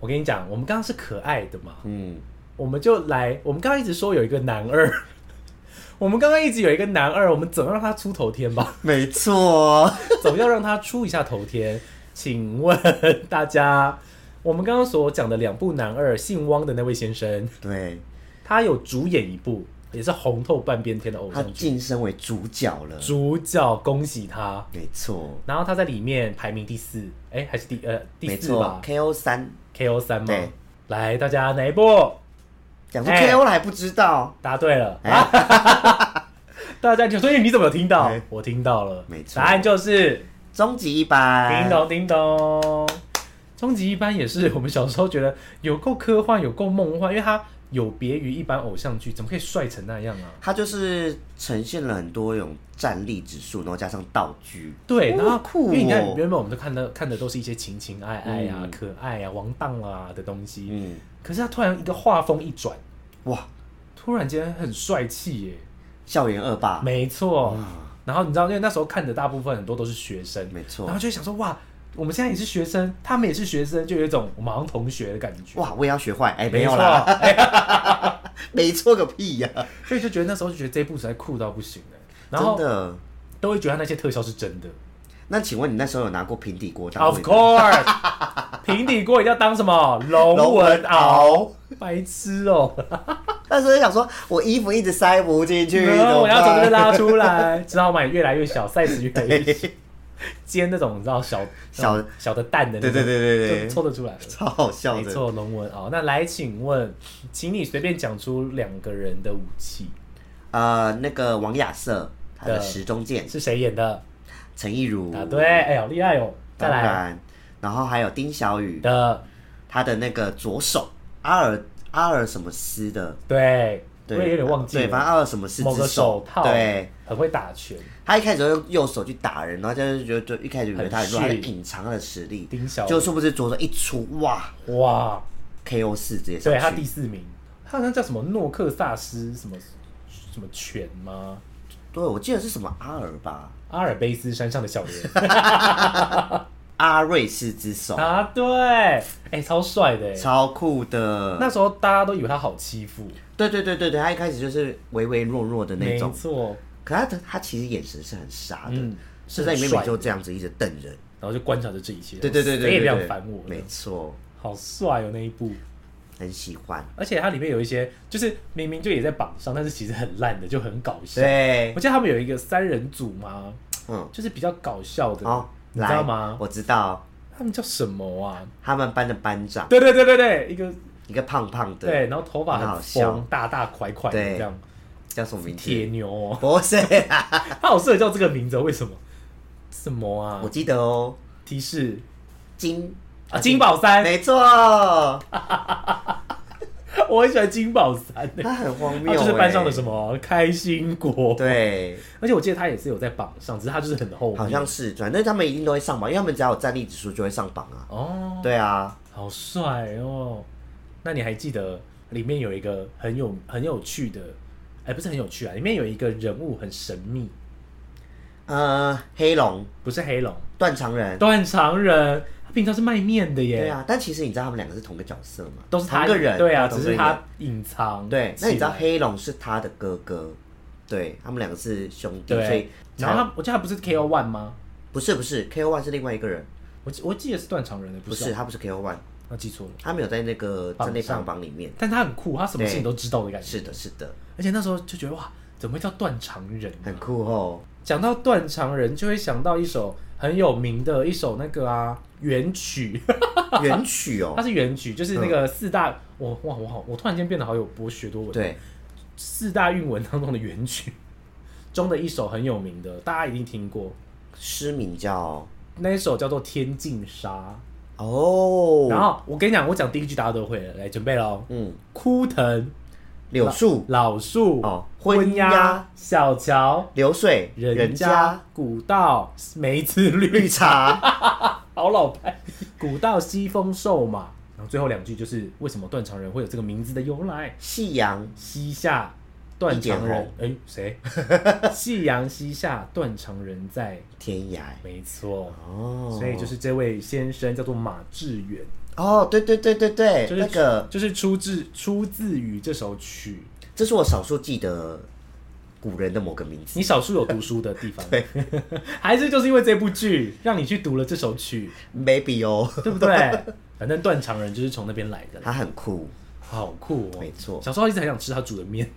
Speaker 1: 我跟你讲，我们刚刚是可爱的嘛，
Speaker 2: 嗯，
Speaker 1: 我们就来，我们刚刚一直说有一个男二， <laughs> 我们刚刚一直有一个男二，我们总要让他出头天吧， <laughs>
Speaker 2: 没错，
Speaker 1: 总要让他出一下头天。请问大家，我们刚刚所讲的两部男二，姓汪的那位先生，
Speaker 2: 对
Speaker 1: 他有主演一部，也是红透半边天的偶
Speaker 2: 他
Speaker 1: 像剧，
Speaker 2: 晋升为主角了，
Speaker 1: 主角，恭喜他。
Speaker 2: 没错，
Speaker 1: 然后他在里面排名第四，哎，还是第呃第
Speaker 2: 没
Speaker 1: 四吧
Speaker 2: 错，KO 三，
Speaker 1: ，KO 三吗
Speaker 2: 对？
Speaker 1: 来，大家哪一部？
Speaker 2: 讲出
Speaker 1: 哎
Speaker 2: KO 了还不知道，
Speaker 1: 答对了啊！ <laughs> 大家就说：“哎，你怎么有听到
Speaker 2: 哎？”
Speaker 1: 我听到了，
Speaker 2: 没错哎
Speaker 1: 答案就是
Speaker 2: 终极一
Speaker 1: 叮
Speaker 2: 班，
Speaker 1: 咚叮咚。终极一般也是我们小时候觉得有够科幻，有够梦幻，因为它有别于一般偶像剧，怎么可以帅成那样啊？
Speaker 2: 它就是呈现了很多种战力指数，然后加上道具，
Speaker 1: 对，
Speaker 2: 哦
Speaker 1: 然后
Speaker 2: 酷哦
Speaker 1: 因为你看原本我们都看到看的都是一些情情爱爱啊、
Speaker 2: 嗯
Speaker 1: 可爱啊、王荡啊的东西，
Speaker 2: 嗯，
Speaker 1: 可是他突然一个画风一转，
Speaker 2: 哇，
Speaker 1: 突然间很帅气耶。
Speaker 2: 校园恶霸，
Speaker 1: 没错，然后你知道，因为那时候看的大部分很多都是学生，
Speaker 2: 嗯没错
Speaker 1: 然后就会想说哇，我们现在也是学生，他们也是学生，就有一种我们好像同学的感觉。
Speaker 2: 哇，我也要学坏，哎，
Speaker 1: 没
Speaker 2: 没有
Speaker 1: 错， <laughs>
Speaker 2: 啦，
Speaker 1: 哎
Speaker 2: 没错个屁呀，
Speaker 1: 所以就觉得那时候就觉得这一部实在酷到不行了，然
Speaker 2: 真
Speaker 1: 后
Speaker 2: 的。
Speaker 1: 都会觉得他那些特效是真的。
Speaker 2: 那请问你那时候有拿过平底锅当
Speaker 1: Of
Speaker 2: 味道
Speaker 1: course，平
Speaker 2: <laughs>
Speaker 1: 底锅一定要当什么龙
Speaker 2: 龙
Speaker 1: 纹
Speaker 2: 纹
Speaker 1: 鳌
Speaker 2: 鳌，
Speaker 1: 白痴哦、
Speaker 2: 那时候就想说，我衣服一直塞不进去，
Speaker 1: 然嗯后我要
Speaker 2: 怎
Speaker 1: 从
Speaker 2: 么
Speaker 1: 这
Speaker 2: 办
Speaker 1: 边拉出来，知道吗？也越来越小，size 越来
Speaker 2: <laughs>
Speaker 1: 越小，煎那种你知道小
Speaker 2: 小
Speaker 1: 那种小的蛋的那种，
Speaker 2: 对对对对对
Speaker 1: 就抽得出来了。
Speaker 2: 超好笑
Speaker 1: 没
Speaker 2: 的。
Speaker 1: 错，龙文哦。那来，请问，请你随便讲出两个人的武器
Speaker 2: 呃，那个王亚瑟，他的
Speaker 1: 的
Speaker 2: 时钟剑，
Speaker 1: 是谁演的？
Speaker 2: 陈亦儒，
Speaker 1: 答对，哎，好厉害哦！再
Speaker 2: 当
Speaker 1: 来
Speaker 2: 然，然后还有丁小雨，
Speaker 1: 的，
Speaker 2: 他的那个左手阿尔阿尔什么斯的，
Speaker 1: 对，我
Speaker 2: 对，
Speaker 1: 也有点忘记
Speaker 2: 对，反正
Speaker 1: 了，
Speaker 2: 阿尔什么斯
Speaker 1: 某个
Speaker 2: 之
Speaker 1: 手套，
Speaker 2: 对，，
Speaker 1: 很会打拳，
Speaker 2: 他一开始就用右手去打人，然后就是觉得就一开始以为他很弱，
Speaker 1: 很
Speaker 2: 他在
Speaker 1: 逊
Speaker 2: 隐藏他的实力，
Speaker 1: 丁小雨
Speaker 2: 就殊不知左手一出，哇
Speaker 1: 哇，
Speaker 2: ，KO 四直接
Speaker 1: 对他
Speaker 2: 上
Speaker 1: 第
Speaker 2: 去，
Speaker 1: 四名，他好像叫什么诺克萨斯什么什么拳吗？
Speaker 2: 对，我记得是什么阿尔吧，
Speaker 1: 阿尔卑斯山上的小人
Speaker 2: <laughs> 阿瑞斯之手，
Speaker 1: 啊，对，哎、超帅的哎，
Speaker 2: 超酷的。
Speaker 1: 那时候大家都以为他好欺负，
Speaker 2: 对对对对对，他一开始就是唯唯诺诺的那
Speaker 1: 没
Speaker 2: 种，
Speaker 1: 错，
Speaker 2: 可他他其实眼神是很杀的，
Speaker 1: 嗯
Speaker 2: 是在里面
Speaker 1: 是很帅的
Speaker 2: 每就这样子一直瞪人。
Speaker 1: 然后就观察着这一切，
Speaker 2: 对对对对对，
Speaker 1: 谁也不要
Speaker 2: 对
Speaker 1: 烦我，
Speaker 2: 没错，
Speaker 1: 好帅哦那一部，
Speaker 2: 很喜欢。
Speaker 1: 而且它里面有一些就是明明就也在榜上，但是其实很烂的，就很搞笑。
Speaker 2: 对
Speaker 1: 我，记得他们有一个三人组嘛，
Speaker 2: 嗯，
Speaker 1: 就是比较搞笑的，
Speaker 2: 哦，
Speaker 1: 你知
Speaker 2: 来
Speaker 1: 道，吗？
Speaker 2: 我知道
Speaker 1: 他们叫什么啊？
Speaker 2: 他们班的班长，
Speaker 1: 对对对对对，一个
Speaker 2: 一个胖胖的，
Speaker 1: 对，然后头发
Speaker 2: 很好
Speaker 1: 很
Speaker 2: 笑
Speaker 1: 疯，大大块块的
Speaker 2: 对
Speaker 1: 这样，
Speaker 2: 叫什么名字？
Speaker 1: 铁牛哦，
Speaker 2: 不是啊，
Speaker 1: 他好适合叫这个名字哦，为什么？什么啊
Speaker 2: <laughs> 我？记得哦，
Speaker 1: 提示
Speaker 2: 金
Speaker 1: 啊，金，宝山，
Speaker 2: 没错，
Speaker 1: 我很喜欢金宝
Speaker 2: <laughs>
Speaker 1: 山呢。
Speaker 2: 他很荒
Speaker 1: 他
Speaker 2: 谬，
Speaker 1: 就是班上的
Speaker 2: 哎
Speaker 1: 什？么开心果，
Speaker 2: 对，
Speaker 1: 而且我记得他也是有在榜上，只是他就是很后面，
Speaker 2: 好像是，反正他们一定都会上榜，因为他们只要有战力指数就会上榜啊。
Speaker 1: 哦，
Speaker 2: 对啊，
Speaker 1: 好帅哦！那你还记得里面有一个很有很有趣的，哎、不是很有趣啊，里面有一个人物很神秘，
Speaker 2: 呃，黑龙、
Speaker 1: 不是黑龙，
Speaker 2: 断肠人，
Speaker 1: 断肠人，他平常是卖面的耶，
Speaker 2: 对啊，但其实你知道他们两个是同个角色吗？
Speaker 1: 都是他
Speaker 2: 同个人，
Speaker 1: 对啊，
Speaker 2: 同
Speaker 1: 只
Speaker 2: 个
Speaker 1: 是
Speaker 2: 人
Speaker 1: 他隐藏，
Speaker 2: 对。那你知道
Speaker 1: 起来？
Speaker 2: 黑龙是他的哥哥，对他们两个是兄弟，所以
Speaker 1: 对，然后他，我记得他不是 KO One 吗？
Speaker 2: 不是不是 KO One 是另外一个人，
Speaker 1: 我记我记得是断肠人的，不
Speaker 2: 不
Speaker 1: 是
Speaker 2: 是
Speaker 1: 啊，
Speaker 2: 他不是 KO One，
Speaker 1: 我记错了。
Speaker 2: 他没有在那个
Speaker 1: 榜
Speaker 2: 战力排
Speaker 1: 上
Speaker 2: 行榜里面。
Speaker 1: 但他很酷，他什么事情都知道的感觉。
Speaker 2: 是的，是的，
Speaker 1: 而且那时候就觉得哇，怎么会叫断肠人呢、
Speaker 2: 很酷哦。
Speaker 1: 讲到断肠人，就会想到一首很有名的一首那个啊原曲，
Speaker 2: 原曲
Speaker 1: 它 <laughs>
Speaker 2: 哦，
Speaker 1: 是原曲，就是那个四大，我哇我好，我突然间变得好有博学多闻。，
Speaker 2: 对，
Speaker 1: 四大韵文当中的原曲中的一首很有名的，大家一定听过，
Speaker 2: 诗名叫
Speaker 1: 那一首叫做《天净沙》。然
Speaker 2: 哦，
Speaker 1: 后我跟你讲，我讲第一句大家都会了，来准备喽。
Speaker 2: 嗯，
Speaker 1: 枯藤、
Speaker 2: 柳树、
Speaker 1: 老树、
Speaker 2: 哦
Speaker 1: 昏
Speaker 2: 昏鸦、
Speaker 1: 小桥、
Speaker 2: 流水、
Speaker 1: 人
Speaker 2: 人
Speaker 1: 家
Speaker 2: 家、
Speaker 1: 古道、梅子绿
Speaker 2: 绿茶。 <laughs>
Speaker 1: 好老派。古道西风瘦马，然后最后两句就是为什么断肠人会有这个名字的由来。
Speaker 2: 夕阳
Speaker 1: 西夏断肠
Speaker 2: 一
Speaker 1: 人，哎， <laughs> 谁？夕阳西下，断肠人在，
Speaker 2: 天涯
Speaker 1: 没错。
Speaker 2: 哦，
Speaker 1: 所以就是这位先生叫做马致远，
Speaker 2: 哦，对对对对对，
Speaker 1: 就是
Speaker 2: 那个
Speaker 1: 就是出自出自于这首曲。
Speaker 2: 这是我少数记得古人的某个名字。
Speaker 1: 你少数有读书的地方， <laughs> 还是就是因为这部剧让你去读了这首曲，
Speaker 2: maybe 哦， <laughs>
Speaker 1: 对 <laughs> 不对？反正断肠人就是从那边来的，
Speaker 2: 他很酷，
Speaker 1: 好酷哦！
Speaker 2: 没错
Speaker 1: 小时候一直很想吃他煮的面，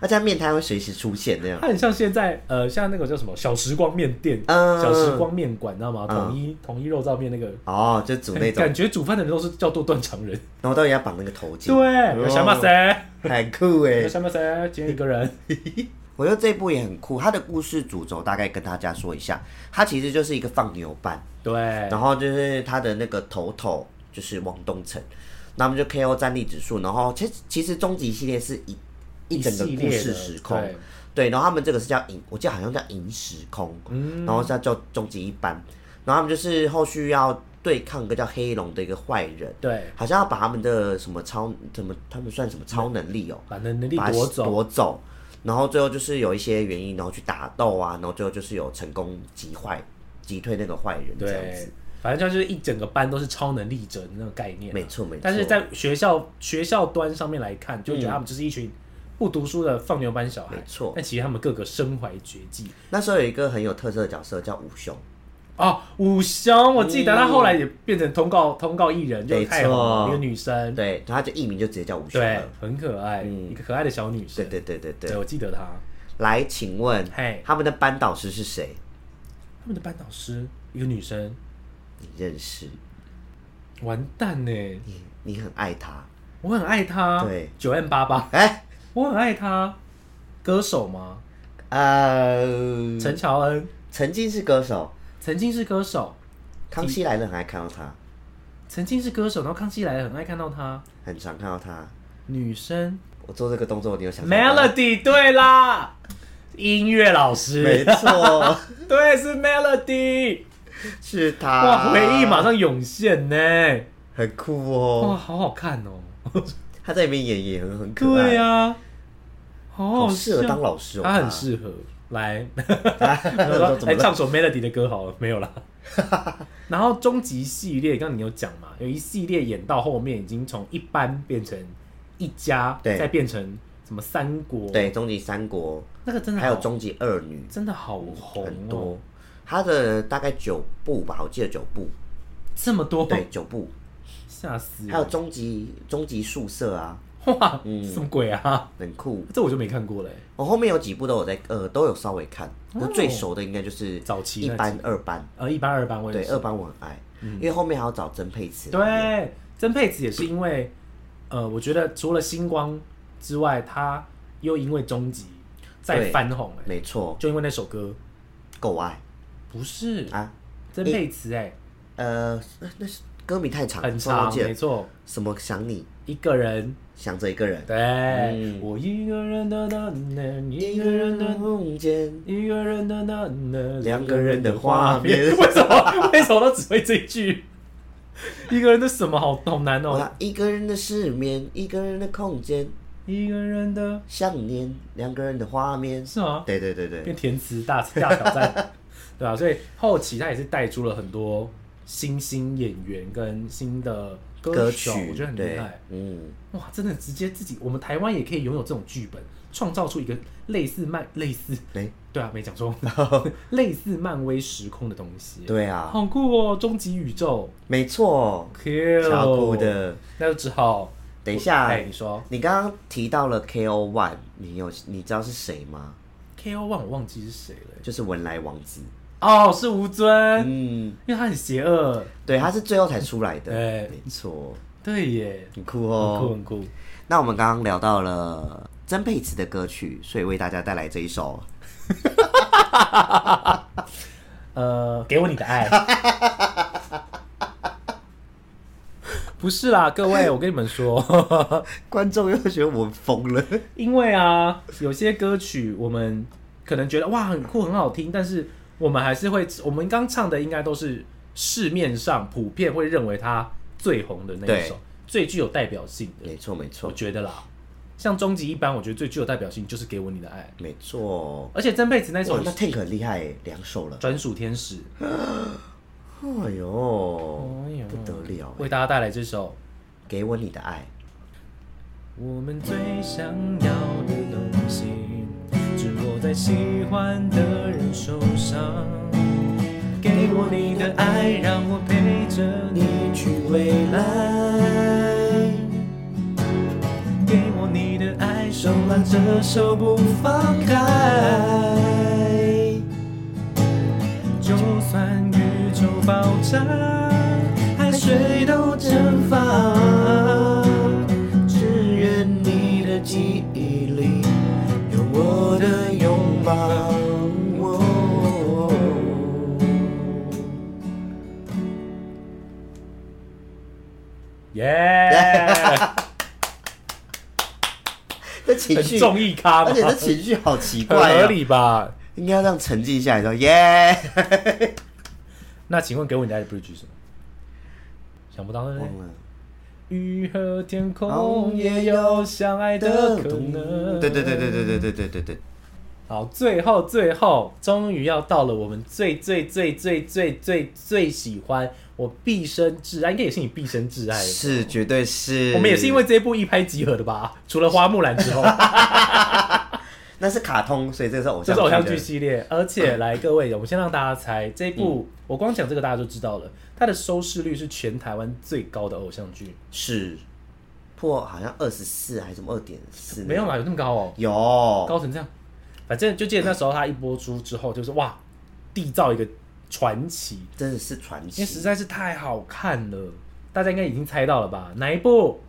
Speaker 2: 而且他面摊会随时出现那样。
Speaker 1: 它很像现在呃，像那个叫什么小时光面店、
Speaker 2: 嗯
Speaker 1: 小时光面馆，知道吗？
Speaker 2: 嗯
Speaker 1: 统一统一肉燥面那个，
Speaker 2: 哦，就煮那种，
Speaker 1: 感觉煮饭的人都是叫做断肠人，
Speaker 2: 然后到底要绑那个头巾，
Speaker 1: 对，有想法
Speaker 2: 哦
Speaker 1: 谁？
Speaker 2: 很
Speaker 1: 有
Speaker 2: 酷哎！
Speaker 1: 想法谁？今天一个人，
Speaker 2: 我觉得这一部也很酷，它的故事主轴大概跟大家说一下，它其实就是一个放牛班，
Speaker 1: 对，
Speaker 2: 然后就是他的那个头头就是王东城，那么就 KO 战力指数，然后其实其实终极系列是一一整个
Speaker 1: 系
Speaker 2: 故
Speaker 1: 列
Speaker 2: 事
Speaker 1: 的
Speaker 2: 时空，
Speaker 1: 对
Speaker 2: 对，然后他们这个是叫银，我记得好像叫银时空，
Speaker 1: 嗯
Speaker 2: 然后再叫终极一班，然后他们就是后续要对抗一个叫黑龙的一个坏人，
Speaker 1: 对，
Speaker 2: 好像要把他们的什么超怎么他们算什么超能力哦，
Speaker 1: 把能能力
Speaker 2: 把它
Speaker 1: 夺走，
Speaker 2: 夺走，然后最后就是有一些原因，然后去打斗啊，然后最后就是有成功击坏击退那个坏人这样子
Speaker 1: 对。，反正就是一整个班都是超能力者的那种概念啊、
Speaker 2: 没错没错
Speaker 1: 但是在学校学校端上面来看，就觉得他们就是一群不读书的放牛班小孩，
Speaker 2: 没错
Speaker 1: 但其实他们个个身怀绝技。
Speaker 2: 那时候有一个很有特色的角色叫武雄，
Speaker 1: 哦，武雄，我记得他后来也变成通告通告艺人，就是太红了，
Speaker 2: 没错
Speaker 1: 一个女生，
Speaker 2: 对，嗯他就艺名就直接叫武雄
Speaker 1: 对
Speaker 2: 了。，
Speaker 1: 很可爱，一个可爱的小女生
Speaker 2: 对。对对对对。
Speaker 1: 对，我记得她。
Speaker 2: 来，请问
Speaker 1: 嘿，
Speaker 2: 他们的班导师是谁？
Speaker 1: 他们的班导师一个女生，
Speaker 2: 你认识？
Speaker 1: 完蛋呢，
Speaker 2: 你你很爱他？
Speaker 1: 我很爱她，
Speaker 2: 嗯对
Speaker 1: 九 M 八八，
Speaker 2: 哎、
Speaker 1: 我很爱她，歌手吗？
Speaker 2: 呃，
Speaker 1: 陈乔恩
Speaker 2: 曾经是歌手，
Speaker 1: 曾经是歌手，
Speaker 2: 康熙来了很爱看到他，
Speaker 1: 曾经是歌手，然后康熙来了很爱看到她
Speaker 2: 很常看到他。
Speaker 1: 女生
Speaker 2: 我做这个动作，你有想到吗
Speaker 1: Melody，对啦，音乐老
Speaker 2: 没
Speaker 1: 师，
Speaker 2: 错，
Speaker 1: 对，是 Melody，
Speaker 2: 是他。
Speaker 1: 哇，回忆马上涌现呢，
Speaker 2: 很酷
Speaker 1: 哇，
Speaker 2: 哦。
Speaker 1: 好好看哦，
Speaker 2: 他在里面演也很很可爱，
Speaker 1: 对啊，好
Speaker 2: 好
Speaker 1: 好
Speaker 2: 适合
Speaker 1: 笑
Speaker 2: 当老师哦。
Speaker 1: 他很
Speaker 2: <laughs>
Speaker 1: 适合来，
Speaker 2: 合
Speaker 1: <laughs>
Speaker 2: 怎么
Speaker 1: 来
Speaker 2: 了？
Speaker 1: 哎唱首 Melody 的歌好了，没有啦。 <laughs> 然后终极系列，刚刚你有讲嘛，有一系列演到后面已经从一般变成一家，
Speaker 2: 对
Speaker 1: 再变成什么三国，，
Speaker 2: 对，终极三国，
Speaker 1: 那个真的
Speaker 2: 还有
Speaker 1: 好
Speaker 2: 终极二女，
Speaker 1: 真的嗯好红、哦，
Speaker 2: 很多，他的大概九部吧，我记得九部，
Speaker 1: 这么多，
Speaker 2: 对，九部，
Speaker 1: 吓死
Speaker 2: 还有
Speaker 1: 人！
Speaker 2: 终极终极宿舍啊，
Speaker 1: 哇，什么鬼啊？
Speaker 2: 很酷。
Speaker 1: 这我就没看过嘞。欸
Speaker 2: 我后面有几部都有在呃都有稍微看，
Speaker 1: 哦
Speaker 2: 我最熟的应该就是
Speaker 1: 早期
Speaker 2: 一
Speaker 1: 那
Speaker 2: 班二班，
Speaker 1: 呃，一般二班我也
Speaker 2: 对，
Speaker 1: 是嗯
Speaker 2: 二班我很爱，因为后面还要找曾沛慈，，
Speaker 1: 对，曾沛慈也是因为，呃，我觉得除了星光之外，他又因为终极再
Speaker 2: 对
Speaker 1: 翻红哎、
Speaker 2: 没错，
Speaker 1: 就因为那首歌，
Speaker 2: 够爱
Speaker 1: 不是
Speaker 2: 啊，
Speaker 1: 曾沛慈哎、
Speaker 2: 呃，那那是歌名太长，
Speaker 1: 很
Speaker 2: 忘
Speaker 1: 长，
Speaker 2: 记了
Speaker 1: 没错，
Speaker 2: 什么想你
Speaker 1: 一个人，
Speaker 2: 想着一个人，
Speaker 1: 对、
Speaker 2: 嗯
Speaker 1: 我一个人的呢，一个人的。
Speaker 2: 空间，
Speaker 1: 一个人的那那
Speaker 2: 两个人的画面
Speaker 1: 为什么？ <laughs> 为什么都只会这一句？ <laughs> 一个人的什么好好难哦、
Speaker 2: 哇，一个人的失眠，一个人的空间，
Speaker 1: 一个人的
Speaker 2: 想念两个人的画面，
Speaker 1: 是吗？
Speaker 2: 对对对对，
Speaker 1: 变填词大大挑
Speaker 2: <laughs>
Speaker 1: 战，对啊吧、所以后期他也是带出了很多新兴演员跟新的歌
Speaker 2: 歌
Speaker 1: 手，
Speaker 2: 曲，
Speaker 1: 我觉得很厉
Speaker 2: 对
Speaker 1: 害。，
Speaker 2: 嗯，
Speaker 1: 哇，真的直接自己，我们台湾也可以拥有这种剧本，创造出一个类似漫类似，
Speaker 2: 哎，
Speaker 1: 对啊，没讲 <laughs> 错，类似漫威时空的东西，，
Speaker 2: 对啊，
Speaker 1: 好酷哦，终极宇宙
Speaker 2: 没错，
Speaker 1: ，Q，
Speaker 2: 超酷，的。
Speaker 1: 那就只好，
Speaker 2: 等一下
Speaker 1: 哎，，你说
Speaker 2: 你刚刚提到了 KO One，你有你知道是谁吗？
Speaker 1: K O One 我忘记是谁了，
Speaker 2: 就是文莱王子，
Speaker 1: 哦，是吴尊，
Speaker 2: 嗯，
Speaker 1: 因为他很邪恶，
Speaker 2: 对，他是最后才出来的，
Speaker 1: 对
Speaker 2: 没错，
Speaker 1: 对耶，
Speaker 2: 很酷
Speaker 1: 很酷
Speaker 2: 哦。
Speaker 1: 很酷。
Speaker 2: 那我们刚刚聊到了曾沛慈的歌曲，所以为大家带来这一首。
Speaker 1: 呃，给我你的爱。 <laughs> 不是啦，各位，我跟你们 <laughs> 说，
Speaker 2: 观众又觉得我们疯了，
Speaker 1: 因为啊，有些歌曲我们可能觉得哇很酷很好听，但是我们还是会，我们刚唱的应该都是市面上普遍会认为它最红的那一首，最具有代表性的，
Speaker 2: 没错没
Speaker 1: 我
Speaker 2: 错，
Speaker 1: 觉得啦。像终极一般，我觉得最具有代表性就是《给我你的爱》，
Speaker 2: 没错。
Speaker 1: 而且曾沛慈那
Speaker 2: 哇
Speaker 1: 首，
Speaker 2: 那 Tank 很厉害耶，两首了。
Speaker 1: 专属天使，
Speaker 2: 哎呦，
Speaker 1: 哎呦
Speaker 2: 不得了耶！
Speaker 1: 为大家带来这首
Speaker 2: 给我你的爱，
Speaker 1: 我们最想要的东西，只落在喜欢的人手上。给我你的爱，让我陪着你去未来。给我你的爱，手拉着手不放开。就算宇宙爆炸，海水都蒸发，只愿你的记忆里有我的拥抱。哦耶，
Speaker 2: 这
Speaker 1: <laughs>
Speaker 2: 情
Speaker 1: 很
Speaker 2: 绪，
Speaker 1: 重义咖
Speaker 2: 而
Speaker 1: 吧，
Speaker 2: 且这情绪好奇
Speaker 1: 很
Speaker 2: 怪
Speaker 1: 合
Speaker 2: 啊！
Speaker 1: 理吧？
Speaker 2: 应该要让沉浸下来，说耶。
Speaker 1: 那请问给我你的爱的 bridge 是什么？想不到对不对
Speaker 2: 忘了
Speaker 1: 雨和天空也有相爱的可能。
Speaker 2: 哦对对对对对对对对对对，
Speaker 1: 好，最后最后，终于要到了我们最最最最最最最喜欢，我毕生挚爱，应该也是你毕生挚爱了。
Speaker 2: 是绝对是。
Speaker 1: 我们也是因为这一部一拍即合的吧？除了花木兰之后，
Speaker 2: 那是卡通，所以这个是偶
Speaker 1: 这
Speaker 2: 像
Speaker 1: 是偶像
Speaker 2: 剧
Speaker 1: 剧
Speaker 2: 的
Speaker 1: 系列。而且来各位，我们先让大家猜这一部，我光讲这个大家就知道了，它的收视率是全台湾最高的偶像剧，
Speaker 2: 是破好像二十四还是什么二点四？
Speaker 1: 嗯没有啦，有那么高哦、
Speaker 2: 有
Speaker 1: 高成这样。反正就记得那时候它一播出之后，就是哇，缔造一个传奇。
Speaker 2: 真的是传
Speaker 1: 因为实
Speaker 2: 奇。
Speaker 1: 在是太好看了，大家应该已经猜到了吧？哪一部？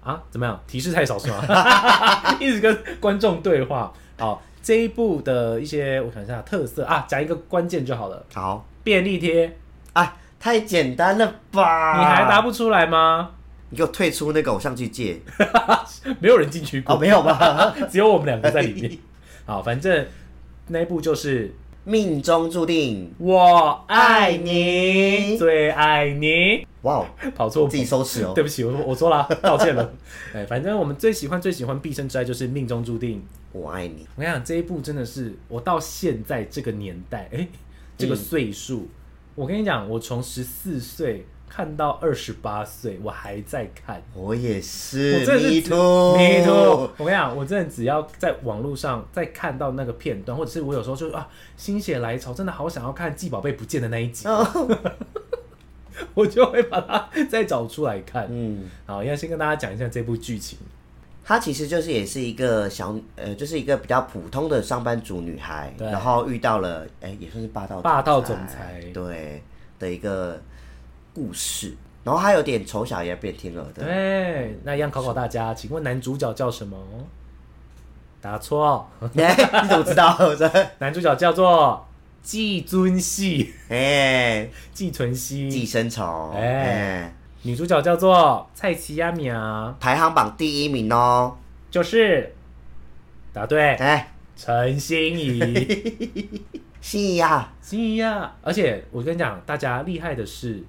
Speaker 1: 啊？怎么样？提示太少是吗？ <laughs> 一直跟观众对话。好，这一部的一些，我想一下特色啊，讲一个关键就好了。
Speaker 2: 好，
Speaker 1: 便利贴，你
Speaker 2: 哎，太简单了吧？
Speaker 1: 还答？不出来吗？ <laughs>
Speaker 2: 你给我退出那个偶像剧界 <laughs>
Speaker 1: 没有人进去
Speaker 2: 哦，
Speaker 1: 过，
Speaker 2: 没有吧？ <laughs>
Speaker 1: 只有我们两个在里面。好，反正那一部就是
Speaker 2: 命中注定，
Speaker 1: 我爱
Speaker 2: 爱
Speaker 1: 你，
Speaker 2: 你
Speaker 1: 最爱你，
Speaker 2: 哇哦，
Speaker 1: 跑错
Speaker 2: 自己收拾哦
Speaker 1: 对。不起，我我错
Speaker 2: <laughs>
Speaker 1: 了，道歉了。哎，反正我们最喜欢最喜欢毕生之爱就是命中注定。
Speaker 2: 我爱你，
Speaker 1: 我跟你讲，这一部真的是我到现在这个年代，哎，这个岁数，
Speaker 2: 嗯
Speaker 1: 我跟你讲，我从十四岁看到二十八岁，我还在看。
Speaker 2: 我也是
Speaker 1: 我真的是
Speaker 2: me
Speaker 1: 只
Speaker 2: too
Speaker 1: me too。我跟你讲，我真的只要在网络上再看到那个片段，或者是我有时候就啊心血来潮，真的好想要看季宝贝不见的那一集，哦 <laughs> 我就会把它再找出来看。
Speaker 2: 嗯，
Speaker 1: 好，要先跟大家讲一下这部剧情。
Speaker 2: 她其实就是也是一个小呃，就是一个比较普通的上班族女孩，
Speaker 1: 对
Speaker 2: 然后遇到了哎、也算是霸道
Speaker 1: 霸道总裁
Speaker 2: 对的一个故事，然后她有点丑小鸭变天鹅的，
Speaker 1: 对，那一样考考大家，请问男主角叫什么？答错，
Speaker 2: 哎、你怎么知道？ <laughs> 我说
Speaker 1: 男主角叫做季尊熙，
Speaker 2: 哎，
Speaker 1: <laughs> 季存
Speaker 2: 寄
Speaker 1: 熙，
Speaker 2: 生虫
Speaker 1: 哎
Speaker 2: 哎，
Speaker 1: 女主角叫做蔡奇亚米娅，
Speaker 2: 排行榜第一名哦，
Speaker 1: 就是答对，
Speaker 2: 哎，
Speaker 1: 陈心 <laughs> 怡，
Speaker 2: 是呀，
Speaker 1: 心怡呀。而且我跟你讲，大家厉害的是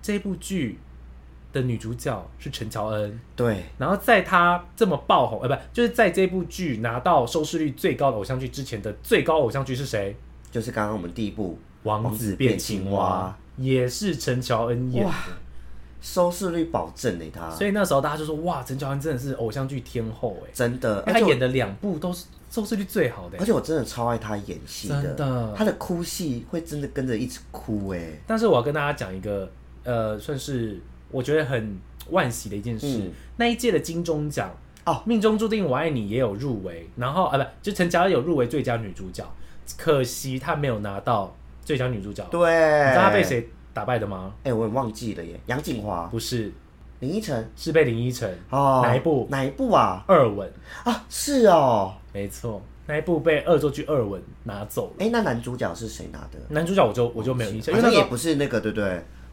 Speaker 1: 这部剧的女主角是陈乔恩。
Speaker 2: 对，
Speaker 1: 然后在她这么爆红，呃，不，就是在这部剧拿到收视率最高的偶像剧之前的最高偶像剧是谁？
Speaker 2: 就是刚刚我们第一部
Speaker 1: 王子变青蛙，也是陈乔恩演的，
Speaker 2: 收视率保证呢，她
Speaker 1: 所以那时候大家就说哇，陈乔恩真的是偶像剧天后哎、
Speaker 2: 真的，
Speaker 1: 因
Speaker 2: 而
Speaker 1: 为
Speaker 2: 且
Speaker 1: 她
Speaker 2: 我
Speaker 1: 演的两部都是收视率最好的、
Speaker 2: 而
Speaker 1: 欸。
Speaker 2: 且我真的超爱她演戏的，
Speaker 1: 真的
Speaker 2: 她的哭戏会真的跟着一直哭哎，
Speaker 1: 但是我要跟大家讲一个，呃，算是我觉得很惋惜的一件事，
Speaker 2: 嗯
Speaker 1: 那一届的金钟奖
Speaker 2: 哦
Speaker 1: 命中注定我爱你》也有入围，然后啊不，就陈乔恩有入围最佳女主角，可惜她没有拿到最佳女主角。
Speaker 2: 对，
Speaker 1: 你知道她被？谁打败的吗？
Speaker 2: 哎，我也忘记了耶，杨锦华、
Speaker 1: 不是，
Speaker 2: 林依晨，
Speaker 1: 是被林依晨
Speaker 2: 哦，
Speaker 1: 哪一部
Speaker 2: 哪一部啊？
Speaker 1: 二吻。
Speaker 2: 啊，是哦，
Speaker 1: 没错，那一部被恶作剧二吻拿走了。
Speaker 2: 哎，那男主角是谁拿的？
Speaker 1: 男主角我就我就没有印象，因
Speaker 2: 好
Speaker 1: 为那
Speaker 2: 像
Speaker 1: 时
Speaker 2: 也
Speaker 1: 候
Speaker 2: 不是那个，对不对？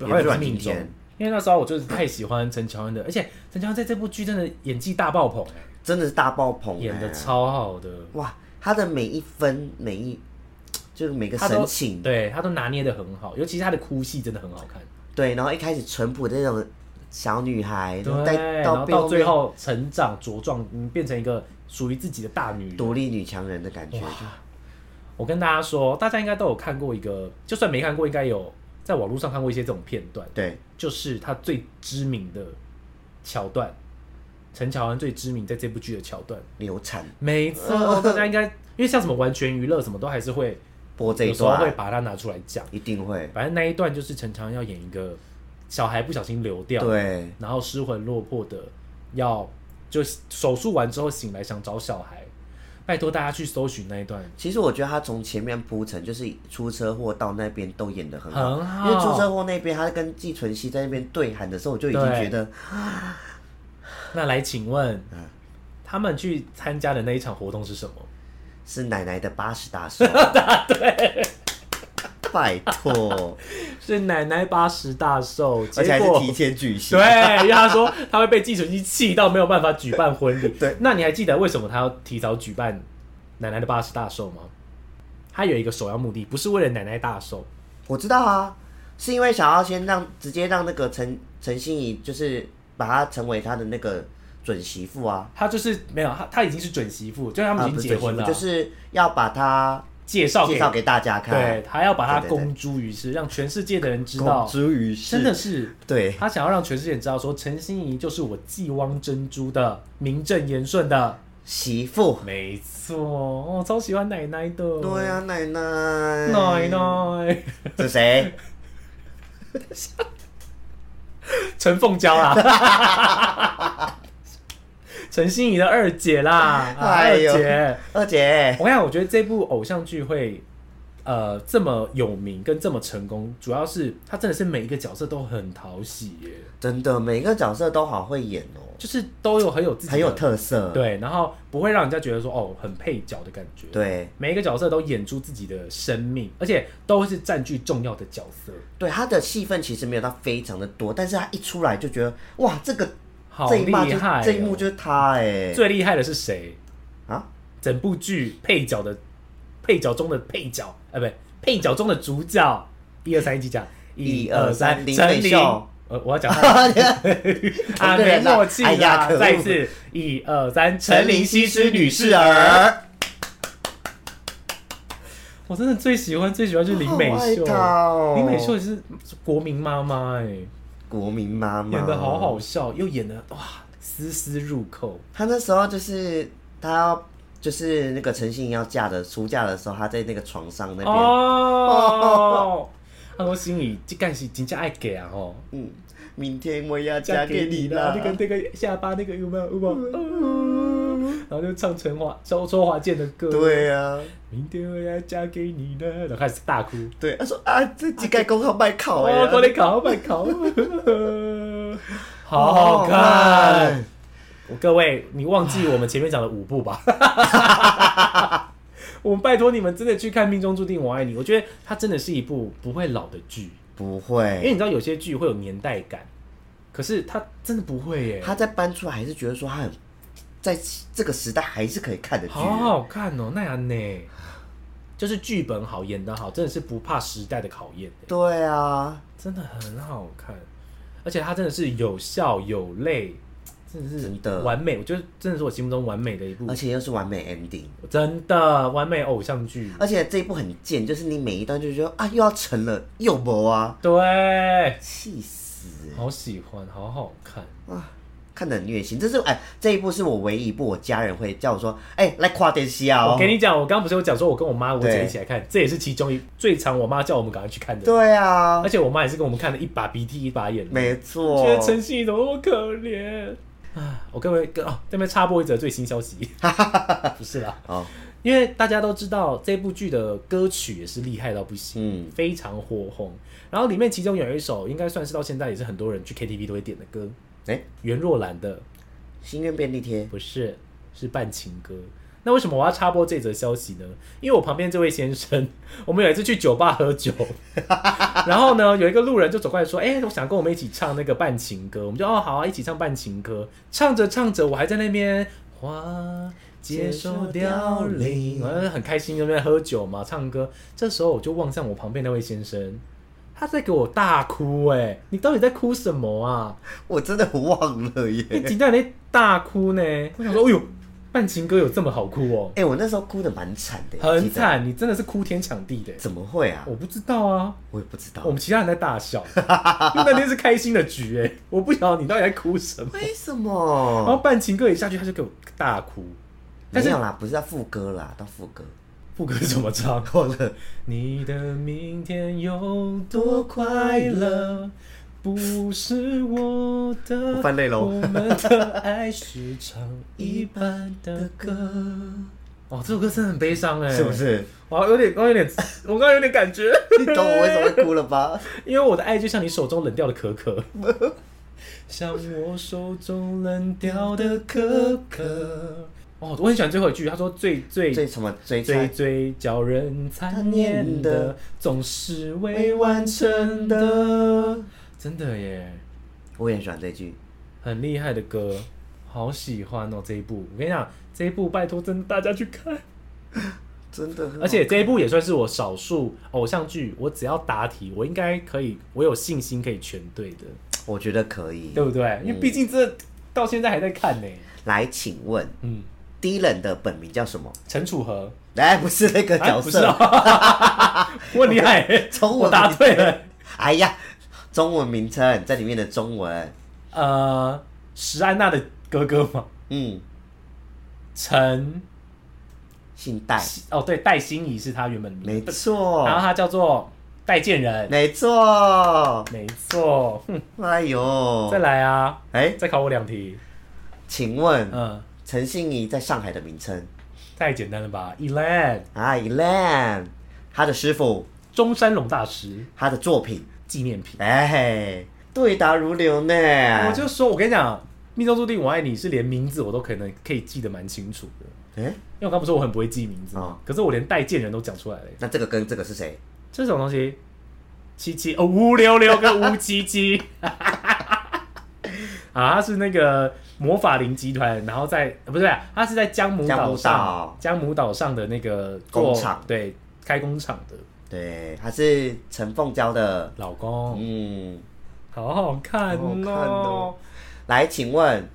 Speaker 2: 也
Speaker 1: 好像也不是
Speaker 2: 阮
Speaker 1: 命
Speaker 2: 经
Speaker 1: 中
Speaker 2: 天，，
Speaker 1: 因为那时候我就是太喜欢陈乔恩的，而且陈乔恩在这部剧真的演技大爆棚，
Speaker 2: 真的是大爆棚、
Speaker 1: 演的
Speaker 2: 哎
Speaker 1: 超好的，
Speaker 2: 哇，他的每一分每一就是每个
Speaker 1: 他都
Speaker 2: 神情，
Speaker 1: 对他都拿捏的很好，尤其是他的哭戏真的很好看，
Speaker 2: 对，然后一开始淳朴的那种小女孩，然后
Speaker 1: 对，
Speaker 2: 再
Speaker 1: 然后
Speaker 2: 背后
Speaker 1: 到最
Speaker 2: 面
Speaker 1: 后成长茁壮，嗯，变成一个属于自己的大女人。
Speaker 2: 独立女强人的感觉，就
Speaker 1: 我跟大家说，大家应该都有看过一个，就算没看过，应该有在网络上看过一些这种片段，
Speaker 2: 对，
Speaker 1: 就是他最知名的桥段，陈乔恩最知名在这部剧的桥段。
Speaker 2: 流产
Speaker 1: 没错，大家应该因为像什么完全娱乐什么都还是会
Speaker 2: 播这
Speaker 1: 有
Speaker 2: 一
Speaker 1: 时候会
Speaker 2: 段
Speaker 1: 把它拿出来讲。
Speaker 2: 一定会，
Speaker 1: 反正那一段就是陈乔恩要演一个小孩不小心流掉，
Speaker 2: 对
Speaker 1: 然后失魂落魄的要就手术完之后醒来想找小孩，拜托大家去搜寻那一段，
Speaker 2: 其实我觉得他从前面铺陈，就是出车祸到那边都演得很好，
Speaker 1: 很好
Speaker 2: 因为出车祸那边他跟季纯熙在那边对喊的时候，我就已经
Speaker 1: 对
Speaker 2: 觉得
Speaker 1: 那来请问，
Speaker 2: 嗯
Speaker 1: 他们去参加的那一场活动是什么？
Speaker 2: 是奶奶的八十
Speaker 1: <laughs>
Speaker 2: 大寿，对，拜托，
Speaker 1: 是奶奶八十大寿，
Speaker 2: 而且还
Speaker 1: 结
Speaker 2: 是
Speaker 1: 果
Speaker 2: 提前举
Speaker 1: <laughs>
Speaker 2: 行，<laughs>
Speaker 1: 对，因为他说他会被计程机气到没有办法举办婚礼。
Speaker 2: <laughs> 对，
Speaker 1: 那你还记得为什么他要提早举办奶奶的八十大寿吗？他有一个首要目的，不是为了奶奶大寿，
Speaker 2: 我知道啊，是因为想要先让直接让那个陈陈心怡就是把她成为她的那个准媳妇啊，
Speaker 1: 他就是没有他，他已经是准媳妇，就是他们
Speaker 2: 啊
Speaker 1: 已
Speaker 2: 不
Speaker 1: 经结
Speaker 2: 是准媳
Speaker 1: 婚
Speaker 2: 妇，
Speaker 1: 了啊，
Speaker 2: 就是要把她
Speaker 1: 介绍
Speaker 2: 介
Speaker 1: 给
Speaker 2: 绍给大家看
Speaker 1: 对，，他要把他
Speaker 2: 对对对
Speaker 1: 公诸于世，让全世界的人知
Speaker 2: 公
Speaker 1: 道，
Speaker 2: 诸于世，
Speaker 1: 真的是
Speaker 2: 对，
Speaker 1: 他想要让全世界人知道说陈心怡就是我继汪珍珠的名正言顺的，
Speaker 2: 媳妇，
Speaker 1: 没错，我、超喜欢奶奶的，
Speaker 2: 对啊，奶奶，
Speaker 1: 奶，奶。
Speaker 2: 是谁？
Speaker 1: 陈凤娇啦，
Speaker 2: <laughs>
Speaker 1: 陈心怡的二姐啦，啊二
Speaker 2: 哎呦
Speaker 1: 姐。
Speaker 2: 二姐，
Speaker 1: 我跟你讲，我觉得这部偶像剧会呃这么有名跟这么成功，主要是她真的是每一个角色都很讨喜耶，
Speaker 2: 真的每个角色都好会演哦，
Speaker 1: 就是都有很有自己的
Speaker 2: 很有特色，
Speaker 1: 对，然后不会让人家觉得说哦很配角的感觉。，
Speaker 2: 对。
Speaker 1: 每一个角色都演出自己的生命，而且都是占据重要的角色。
Speaker 2: 对他的戏份其实没有到非常的多，但是他一出来就觉得哇，这个
Speaker 1: 好
Speaker 2: 这一
Speaker 1: 厉
Speaker 2: 幕就
Speaker 1: 害哦、
Speaker 2: 这一幕就是他哎、
Speaker 1: 最厉害的是谁？
Speaker 2: 啊，
Speaker 1: 整部剧配角的配角中的配角，哎、不对，配角中的主角，一二三，一起讲，
Speaker 2: 一
Speaker 1: 二
Speaker 2: 二三
Speaker 1: 三，
Speaker 2: 林
Speaker 1: 陈
Speaker 2: 美
Speaker 1: 琳
Speaker 2: 秀
Speaker 1: 呃，我要讲
Speaker 2: <laughs>
Speaker 1: 他啊，
Speaker 2: 同个
Speaker 1: 没
Speaker 2: 人啦
Speaker 1: 默契
Speaker 2: 哎呀
Speaker 1: 啦！
Speaker 2: 可恶
Speaker 1: 再一次，一二三，陈琳西施女士儿，
Speaker 2: 儿，
Speaker 1: 我真的最喜欢最喜欢就是林美秀
Speaker 2: 好爱她，哦
Speaker 1: 林美秀是国民妈妈哎，
Speaker 2: 国民妈妈
Speaker 1: 演的好好。笑，又演的哇丝丝入扣，
Speaker 2: 他那时候就是他要就是那个陈信要嫁的出嫁的时候，他在那个床上那边，
Speaker 1: 哦， <laughs> 他说心怡这干是真正爱给啊吼。
Speaker 2: 嗯，明天我要
Speaker 1: 嫁
Speaker 2: 嫁
Speaker 1: 给
Speaker 2: 给
Speaker 1: 你
Speaker 2: 你
Speaker 1: 啦
Speaker 2: 啦，，
Speaker 1: 那个那个下巴那个有没有有没有？嗯然后就唱陈华周周华健的歌，，
Speaker 2: 对啊，
Speaker 1: 明天我要嫁给你了，然后开始大哭，
Speaker 2: 对，他说啊，这几个功课卖考哎
Speaker 1: 哦，
Speaker 2: 呀，
Speaker 1: 我得考，我得 <laughs> 考，
Speaker 2: 哦
Speaker 1: 好好看。各位，你忘记我们前面讲的五部 <laughs> 吧？我们拜托你们真的去看《命中注定我爱你》，我觉得它真的是一部不会老的剧，
Speaker 2: 不
Speaker 1: 因为你
Speaker 2: 会，
Speaker 1: 知道有些剧会有年代感，可是它真的不会耶。
Speaker 2: 他在搬出来还是觉得说他很在这个时代还是可以看的剧，
Speaker 1: 好好看哦，那样呢，就是剧本好，演得好，真的是不怕时代的考验，欸
Speaker 2: 对啊，
Speaker 1: 真的很好看，而且它真的是有笑有泪，真的是
Speaker 2: 真的
Speaker 1: 完美，我觉得真的是我心目中完美的一部
Speaker 2: 而，且又是完美 ending。
Speaker 1: 真的完美偶像剧，
Speaker 2: 而且这一部很贱，就是你每一段就觉得啊又要成了，又没啊，
Speaker 1: 对，
Speaker 2: 气死欸
Speaker 1: 好喜欢，好好看，
Speaker 2: 啊！看得很虐心，这是哎这一部是我唯一一部我家人会叫我说哎来跨电视啊、
Speaker 1: 我
Speaker 2: 哦，
Speaker 1: 跟你讲，我刚刚不是有讲说，我跟我妈、我姐
Speaker 2: 对
Speaker 1: 一起来看，这也是其中一最常我妈叫我们赶快去看的，
Speaker 2: 对啊
Speaker 1: 而，且我妈也是跟我们看了一把鼻涕一把眼泪，
Speaker 2: 没错
Speaker 1: 觉，得陈信怎么那么可怜啊！我各位跟哦，这边插播一则最新消息，不是啦，
Speaker 2: 哦，
Speaker 1: 因为大家都知道这部剧的歌曲也是厉害到不行，
Speaker 2: 嗯，
Speaker 1: 非常火红。然后里面其中有一首应该算是到现在也是很多人去 KTV 都会点的歌，
Speaker 2: 哎，
Speaker 1: 袁若兰的
Speaker 2: 心愿便利贴，
Speaker 1: 不是是半情歌。那为什么我要插播这则消息呢？因为我旁边这位先生，我们有一次去酒吧喝 <laughs> 酒，然后呢，有一个路人就走过来说：“哎、我想跟我们一起唱那个半情歌。”我们就哦好啊，一起唱半情歌。唱着唱着，我还在那边花接受凋零，我很开心，在那边喝酒嘛，唱歌。这时候我就望向我旁边那位先生，他在给我大哭哎、你到底在哭什么啊？
Speaker 2: 我真的忘了
Speaker 1: <laughs>
Speaker 2: 耶。
Speaker 1: 你几代在大哭呢？我想说，哎呦，半情歌有这么好哭
Speaker 2: <laughs>
Speaker 1: 哦、
Speaker 2: 哎、我那时候哭的蛮惨的，我记
Speaker 1: 很
Speaker 2: 得，
Speaker 1: 惨，你真的是哭天抢地的、
Speaker 2: 怎么会啊？
Speaker 1: 我不知道啊，
Speaker 2: 我也不知道
Speaker 1: 我，们其他人在大笑，因为那天是开心的局哎、我不晓得你到底在哭什
Speaker 2: <laughs>
Speaker 1: 么。
Speaker 2: 为什
Speaker 1: 然后
Speaker 2: 么？
Speaker 1: 半情歌一下去，他就给我大哭。哦但
Speaker 2: 哦没
Speaker 1: 是
Speaker 2: 有啦，不是要副歌啦，到副歌。
Speaker 1: 副歌怎么唱？
Speaker 2: 忘了，
Speaker 1: 你的明天有多快乐，不是我的。
Speaker 2: 我犯累咯
Speaker 1: 我们的爱是唱一般的歌。 <laughs> 哦，这首歌真的很悲伤哎，
Speaker 2: 是不？是？
Speaker 1: 哇，有点，我有点，我刚刚有点感觉，
Speaker 2: 你懂我为什么会哭
Speaker 1: <laughs>
Speaker 2: 了吧？
Speaker 1: 因为我的爱就像你手中冷掉的可可， <laughs> 像我手中冷掉的可可。哦，我很喜欢最后一句，他说最最
Speaker 2: 最什么最
Speaker 1: 最最叫人残念的，总是未完成的。真的耶，
Speaker 2: 我也很喜欢这句。
Speaker 1: 很厉害的歌，好喜欢哦这一部。我跟你讲，这一部拜托真的大家去看，
Speaker 2: 真的很好，
Speaker 1: 而且这一部也算是我少数偶像剧，我只要答题，我应该可以，我有信心可以全对的，
Speaker 2: 我觉得可以
Speaker 1: 对。不对？因为毕竟这到现在还在看呢。
Speaker 2: 来，请问
Speaker 1: 嗯，
Speaker 2: 低冷的本名叫什么？
Speaker 1: 陈楚河，
Speaker 2: 哎，不是那个
Speaker 1: 哎
Speaker 2: 角
Speaker 1: 不是
Speaker 2: 色。
Speaker 1: 哦， <laughs> 我很厉害耶，
Speaker 2: 中文
Speaker 1: 我答对了。
Speaker 2: 哎呀，中文名称在里面的中文，
Speaker 1: 呃，石安娜的哥哥吗？
Speaker 2: 嗯，
Speaker 1: 陈
Speaker 2: 姓戴，
Speaker 1: 哦，对，戴欣怡是他原本的
Speaker 2: 没
Speaker 1: 名字，
Speaker 2: 错
Speaker 1: 然，后他叫做戴建仁，
Speaker 2: 没错。
Speaker 1: 没错。哼
Speaker 2: 哎呦
Speaker 1: 再，来啊，
Speaker 2: 哎，
Speaker 1: 再考我两题。
Speaker 2: 请问
Speaker 1: 嗯，
Speaker 2: 陈信怡在上海的名称
Speaker 1: 太简单了吧？Elan，
Speaker 2: 啊，Elan，他的师傅，
Speaker 1: 中山龙大师
Speaker 2: 他的作品，
Speaker 1: 纪念品。
Speaker 2: 哎，对答如流呢。
Speaker 1: 我就说，我跟你讲，《命中注定我爱你》是连名字我都可能可以记得蛮清楚的，
Speaker 2: 哎，
Speaker 1: 因为我刚不是说我很不会记名字吗
Speaker 2: 哦？
Speaker 1: 可是我连戴建仁都讲出来了耶。
Speaker 2: 那这个跟这个是谁？
Speaker 1: 这种东西，七七哦，五六六跟五七 <laughs> 七，啊，他是那个魔法林集团，然后在呃不是、啊，他是在江母岛上，江母岛上的那个做
Speaker 2: 工厂
Speaker 1: 对，开工厂的
Speaker 2: 对，他是陈凤娇的。
Speaker 1: 老公，
Speaker 2: 嗯，
Speaker 1: 好好看
Speaker 2: 好好看
Speaker 1: 哦
Speaker 2: 哦，来，请问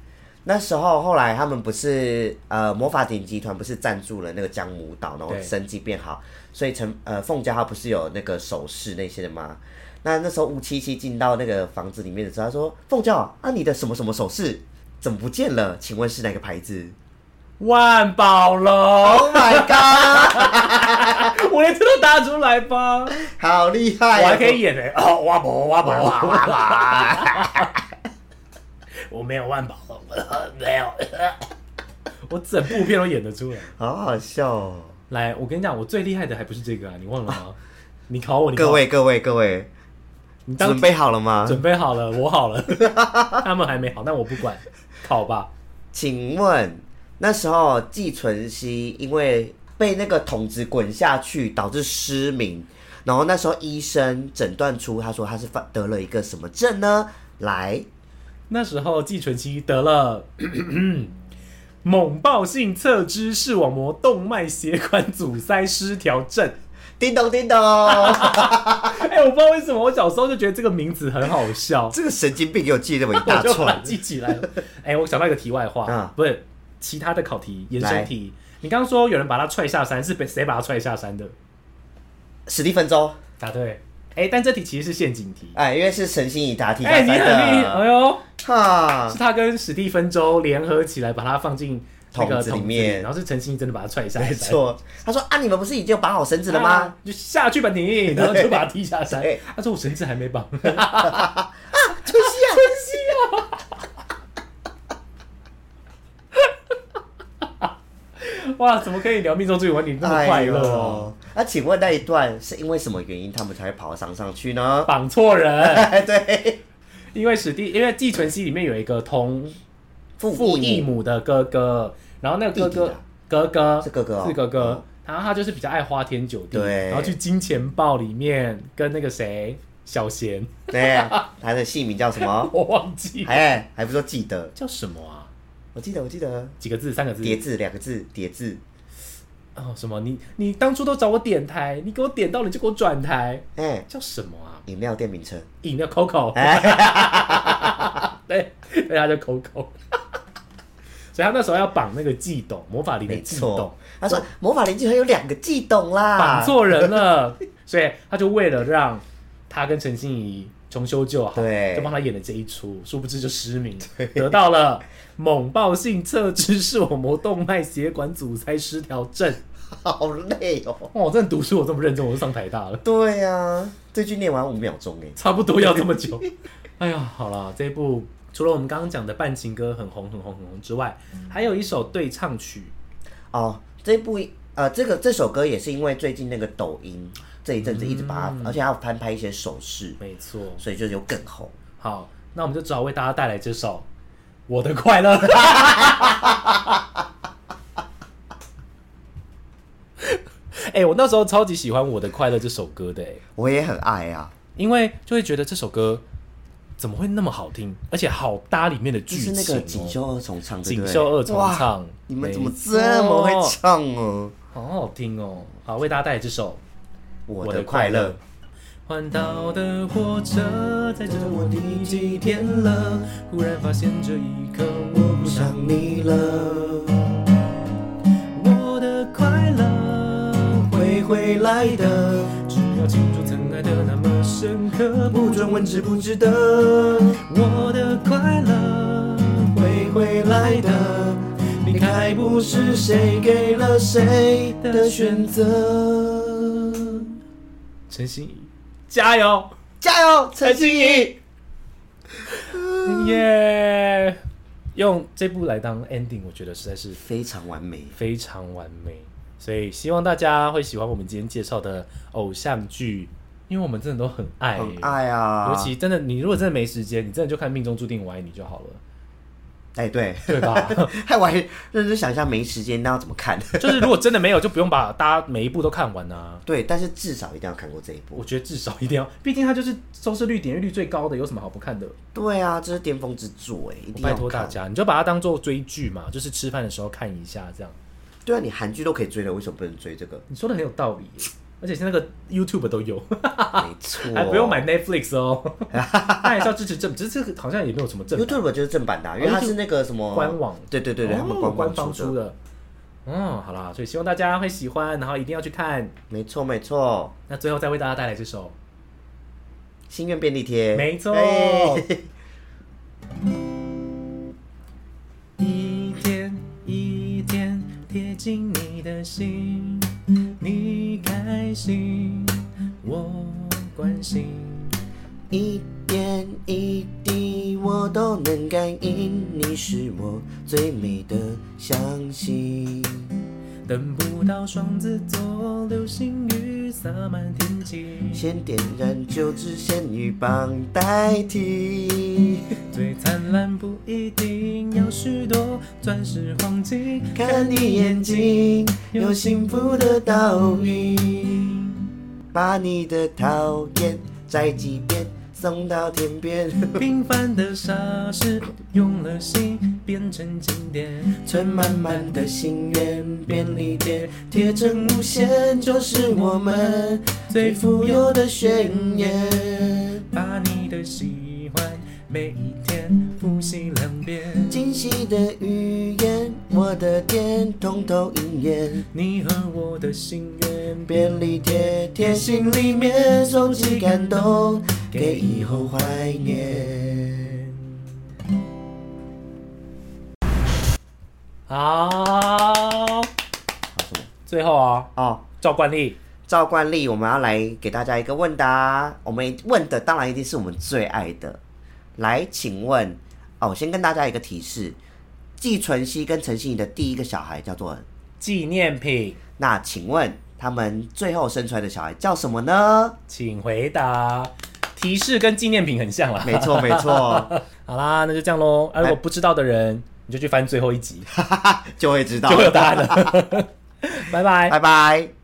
Speaker 2: 那时候后来他们不是呃魔法顶集团不是赞助了那个江母岛，然后
Speaker 1: 对
Speaker 2: 生机变好，所以陈呃凤娇她不是有那个首饰那些的吗？那那时候吴七七进到那个房子里面的时候，她说：“凤娇啊，你的什么什么首饰怎么不见了？请问是哪个牌子
Speaker 1: 万宝龙， <laughs>
Speaker 2: ？”Oh my god，
Speaker 1: 我连这都答出来吧，我
Speaker 2: 好厉害、
Speaker 1: 还可以，演哎、哦，哇宝哇宝哇
Speaker 2: 哇哇哇！
Speaker 1: <laughs> 我没有万宝龙，没有， <laughs> 我整部片都演得出来。
Speaker 2: 好好笑哦。
Speaker 1: 来，我跟你讲，我最厉害的还不是这个啊，你忘了吗？你考我，你考我
Speaker 2: 各，位啊各位各位，
Speaker 1: 你当
Speaker 2: 准备好了吗？
Speaker 1: 准备好了，我好了， <laughs> 他们还没好，但我不管，考吧。
Speaker 2: 请问那时候季纯熙因为被那个桶子滚下去，导致失明，然后那时候医生诊断出他说他是犯得了一个什么症呢？来，
Speaker 1: 那时候季纯熙得了 <clears throat> 猛暴性侧支视网膜动脉血管阻塞失调症。
Speaker 2: 叮
Speaker 1: <laughs>
Speaker 2: 咚叮咚，
Speaker 1: 哎、我不知道为什么，我小时候就觉得这个名字很好笑，
Speaker 2: 这个神经病给我记那么一
Speaker 1: 我
Speaker 2: <laughs> 大
Speaker 1: 就 <laughs> 把它
Speaker 2: 串，
Speaker 1: 记起
Speaker 2: <laughs>
Speaker 1: 来了。哎、我想到一个题外话，
Speaker 2: 啊
Speaker 1: 不是其他的考题延伸题。你刚刚说有人把他踹下山，是被谁把他踹下山的？
Speaker 2: 史蒂芬周，
Speaker 1: 答对。哎、但这题其实是陷阱题。
Speaker 2: 哎，因为是神心已答题答
Speaker 1: 哎、
Speaker 2: 三
Speaker 1: 你很厉害！哎
Speaker 2: 的，
Speaker 1: 呦，
Speaker 2: 哈哎
Speaker 1: 是，他跟史蒂芬周联合起来把他放进那个
Speaker 2: 桶子里
Speaker 1: 桶
Speaker 2: 面
Speaker 1: 然后是陈星真的把他踹下山，
Speaker 2: 没错。他说啊，你们不是已经有绑好绳子
Speaker 1: 啊，
Speaker 2: 了吗？啊，
Speaker 1: 就下去吧
Speaker 2: <laughs>
Speaker 1: 你，然后就把他踢下山
Speaker 2: 对。
Speaker 1: 他说我绳子还没
Speaker 2: <laughs>
Speaker 1: 绑，
Speaker 2: 春熙啊，
Speaker 1: 啊 <laughs> 哇，怎么可以聊命中注定完你那么快乐哦？
Speaker 2: 哎呦。那、请问那一段是因为什么原因他们才会跑到山上去呢？
Speaker 1: 绑错人，
Speaker 2: 哎，对，
Speaker 1: 因为史蒂，因为季纯熙里面有一个同
Speaker 2: 父
Speaker 1: 父
Speaker 2: 异
Speaker 1: 异
Speaker 2: 母
Speaker 1: 母的哥哥，然后那个哥
Speaker 2: 弟弟
Speaker 1: 哥
Speaker 2: 啊
Speaker 1: 哥哥
Speaker 2: 是哥哥哦
Speaker 1: 是哥哥
Speaker 2: 哦，
Speaker 1: 然后他就是比较爱花天酒地，
Speaker 2: 对
Speaker 1: 然后去金钱豹里面跟那个谁小贤，
Speaker 2: 对，他的姓名叫什么？
Speaker 1: 我忘记了
Speaker 2: 哎，还不说记得，
Speaker 1: 叫什么啊？
Speaker 2: 我记得，我记得，
Speaker 1: 几个字？三个字？
Speaker 2: 叠字两个字，叠字。
Speaker 1: 哦，什么？你你当初都找我点台，你给我点到了，你就给我转台，
Speaker 2: 哎，
Speaker 1: 叫什么啊？
Speaker 2: 饮料店名称，哎
Speaker 1: 饮料 Coco，对，对，他叫 Coco，所以他那时候要绑那个悸动，魔法灵的
Speaker 2: 没
Speaker 1: 悸动
Speaker 2: 错，。他说魔法林集合有两个悸动啦
Speaker 1: 绑，错人了， <laughs> 所以他就为了让他跟陈欣怡重修旧好，
Speaker 2: 对
Speaker 1: 就帮他演了这一出，殊不知就失明，得到了猛暴性侧支视网膜动脉血管阻塞失调症。
Speaker 2: <laughs> 好累哦。
Speaker 1: 哇，我真的读书我这么认真，我就上台大了， <laughs>
Speaker 2: 对呀、这句念完五秒钟哎，
Speaker 1: 差不多要这么久。哎呀，好了，这一部除了我们刚刚讲的《半情歌》很红很红很红之外，还有一首对唱曲，
Speaker 2: 哦，这部呃，这个这首歌也是因为最近那个抖音这一阵子一直把它，而且还有翻拍一些手势，
Speaker 1: 没错。
Speaker 2: 所以就有更红。
Speaker 1: 好，那我们就只好为大家带来这首《我的快乐》。 <laughs> 哎、我那时候超级喜欢《我的快乐》这首歌的、哎，
Speaker 2: 我也很爱啊，
Speaker 1: 因为就会觉得这首歌怎么会那么好听，而且好搭里面的
Speaker 2: 就
Speaker 1: 剧情、
Speaker 2: 是
Speaker 1: 哦。
Speaker 2: 那个锦绣二重唱，对不
Speaker 1: 锦
Speaker 2: 对
Speaker 1: 绣二重
Speaker 2: 哇
Speaker 1: 唱，
Speaker 2: 你们怎么
Speaker 1: 没错
Speaker 2: 这么会唱哦？
Speaker 1: 好好听哦！好，为大家带来这首
Speaker 2: 我的快乐。
Speaker 1: 环岛的火车载着我第几天了，忽然发现这一刻我不想
Speaker 2: 想你了，
Speaker 1: 我的快乐
Speaker 2: 会回来的，
Speaker 1: 只要庆祝曾爱的那么深刻，
Speaker 2: 不准问值不值得，
Speaker 1: 我的快乐
Speaker 2: 会回来的。离开不是谁给了谁的选择。
Speaker 1: 陈心怡，加油！
Speaker 2: 加油，陈心怡！
Speaker 1: 耶、用这部来当 ending，我觉得实在是
Speaker 2: 非常完美。
Speaker 1: 非常完美，所以希望大家会喜欢我们今天介绍的偶像剧，因为我们真的都很爱、
Speaker 2: 很爱啊，
Speaker 1: 哎尤其真的，你如果真的没时间，你真的就看《命中注定我爱你》就好了，
Speaker 2: <laughs> 哎、对， <laughs>
Speaker 1: 对吧？
Speaker 2: 害我还认真想一下，没时间那要怎么看？ <laughs>
Speaker 1: 就是如果真的没有，就不用把大家每一部都看完啊。
Speaker 2: 对，但是至少一定要看过这一部
Speaker 1: 我。觉得至少一定要，毕竟它就是收视率、点阅率最高的，有什么好不看的？
Speaker 2: 对啊，这是巅峰之作哎，一定要
Speaker 1: 拜托大
Speaker 2: 看。
Speaker 1: 家，你就把它当做追剧嘛，就是吃饭的时候看一下这样。
Speaker 2: 对啊，你韩剧都可以追了，为什么不能
Speaker 1: <laughs>？
Speaker 2: 追这个
Speaker 1: 你说的很有道理耶，而且现在那个 YouTube 都有，
Speaker 2: 没错，
Speaker 1: 哎还不用买 Netflix 哦。 <laughs> 那还是要支持正，只是这个好像也没有什么正版
Speaker 2: YouTube 就是正版的啊、因为
Speaker 1: 哦
Speaker 2: 它
Speaker 1: YouTube-
Speaker 2: 是那个什么
Speaker 1: 官网
Speaker 2: 对对对对，
Speaker 1: 哦
Speaker 2: 他们官
Speaker 1: 官
Speaker 2: 网
Speaker 1: 方
Speaker 2: 出
Speaker 1: 出
Speaker 2: 的，
Speaker 1: 的。嗯，好啦，所以希望大家会喜欢，然后一定要去看。
Speaker 2: 没错没错，
Speaker 1: 那最后再为大家带来这首，
Speaker 2: 心愿便利贴，
Speaker 1: 没错
Speaker 2: 哎
Speaker 1: 一天一天贴近你的心，你开心，我关心。
Speaker 2: 一点一滴我都能感应，你是我最美的相信。
Speaker 1: 等不到双子座流星雨洒满天际，
Speaker 2: 先点燃九支仙女棒代替，
Speaker 1: 最灿烂不一定要许多钻石黄金，
Speaker 2: 看你眼睛有幸福的倒影，把你的讨厌摘几遍送到天边，
Speaker 1: 平凡的傻事用了心变成经典，
Speaker 2: 存满满的心愿便利贴，贴成无限就是我们最富有的宣言。
Speaker 1: 把你的喜欢每一天复习两遍。
Speaker 2: 惊喜的语言，我的天，通通应验。
Speaker 1: 你和我的心愿变
Speaker 2: 便利贴贴心里面，收集感动，给以后怀念。
Speaker 1: 好。最后啊、
Speaker 2: 哦，
Speaker 1: 照惯例，
Speaker 2: 照惯例，我们要来给大家一个问答。我们问的当然一定是我们最爱的。来，请问，哦，我先跟大家一个提示：季纯熙跟陈信怡的第一个小孩叫做……
Speaker 1: 纪念品，
Speaker 2: 那请问他们最后生出来的小孩叫什么呢？
Speaker 1: 请回答。提示跟纪念品很像啦。
Speaker 2: 没错，没错，
Speaker 1: <laughs> 好啦，那就这样喽。啊，如果
Speaker 2: 哎
Speaker 1: 不知道的人， <laughs> 你就去翻最后一集，
Speaker 2: 就会知道
Speaker 1: 就。会有答案了。拜拜 <laughs>
Speaker 2: 拜。拜。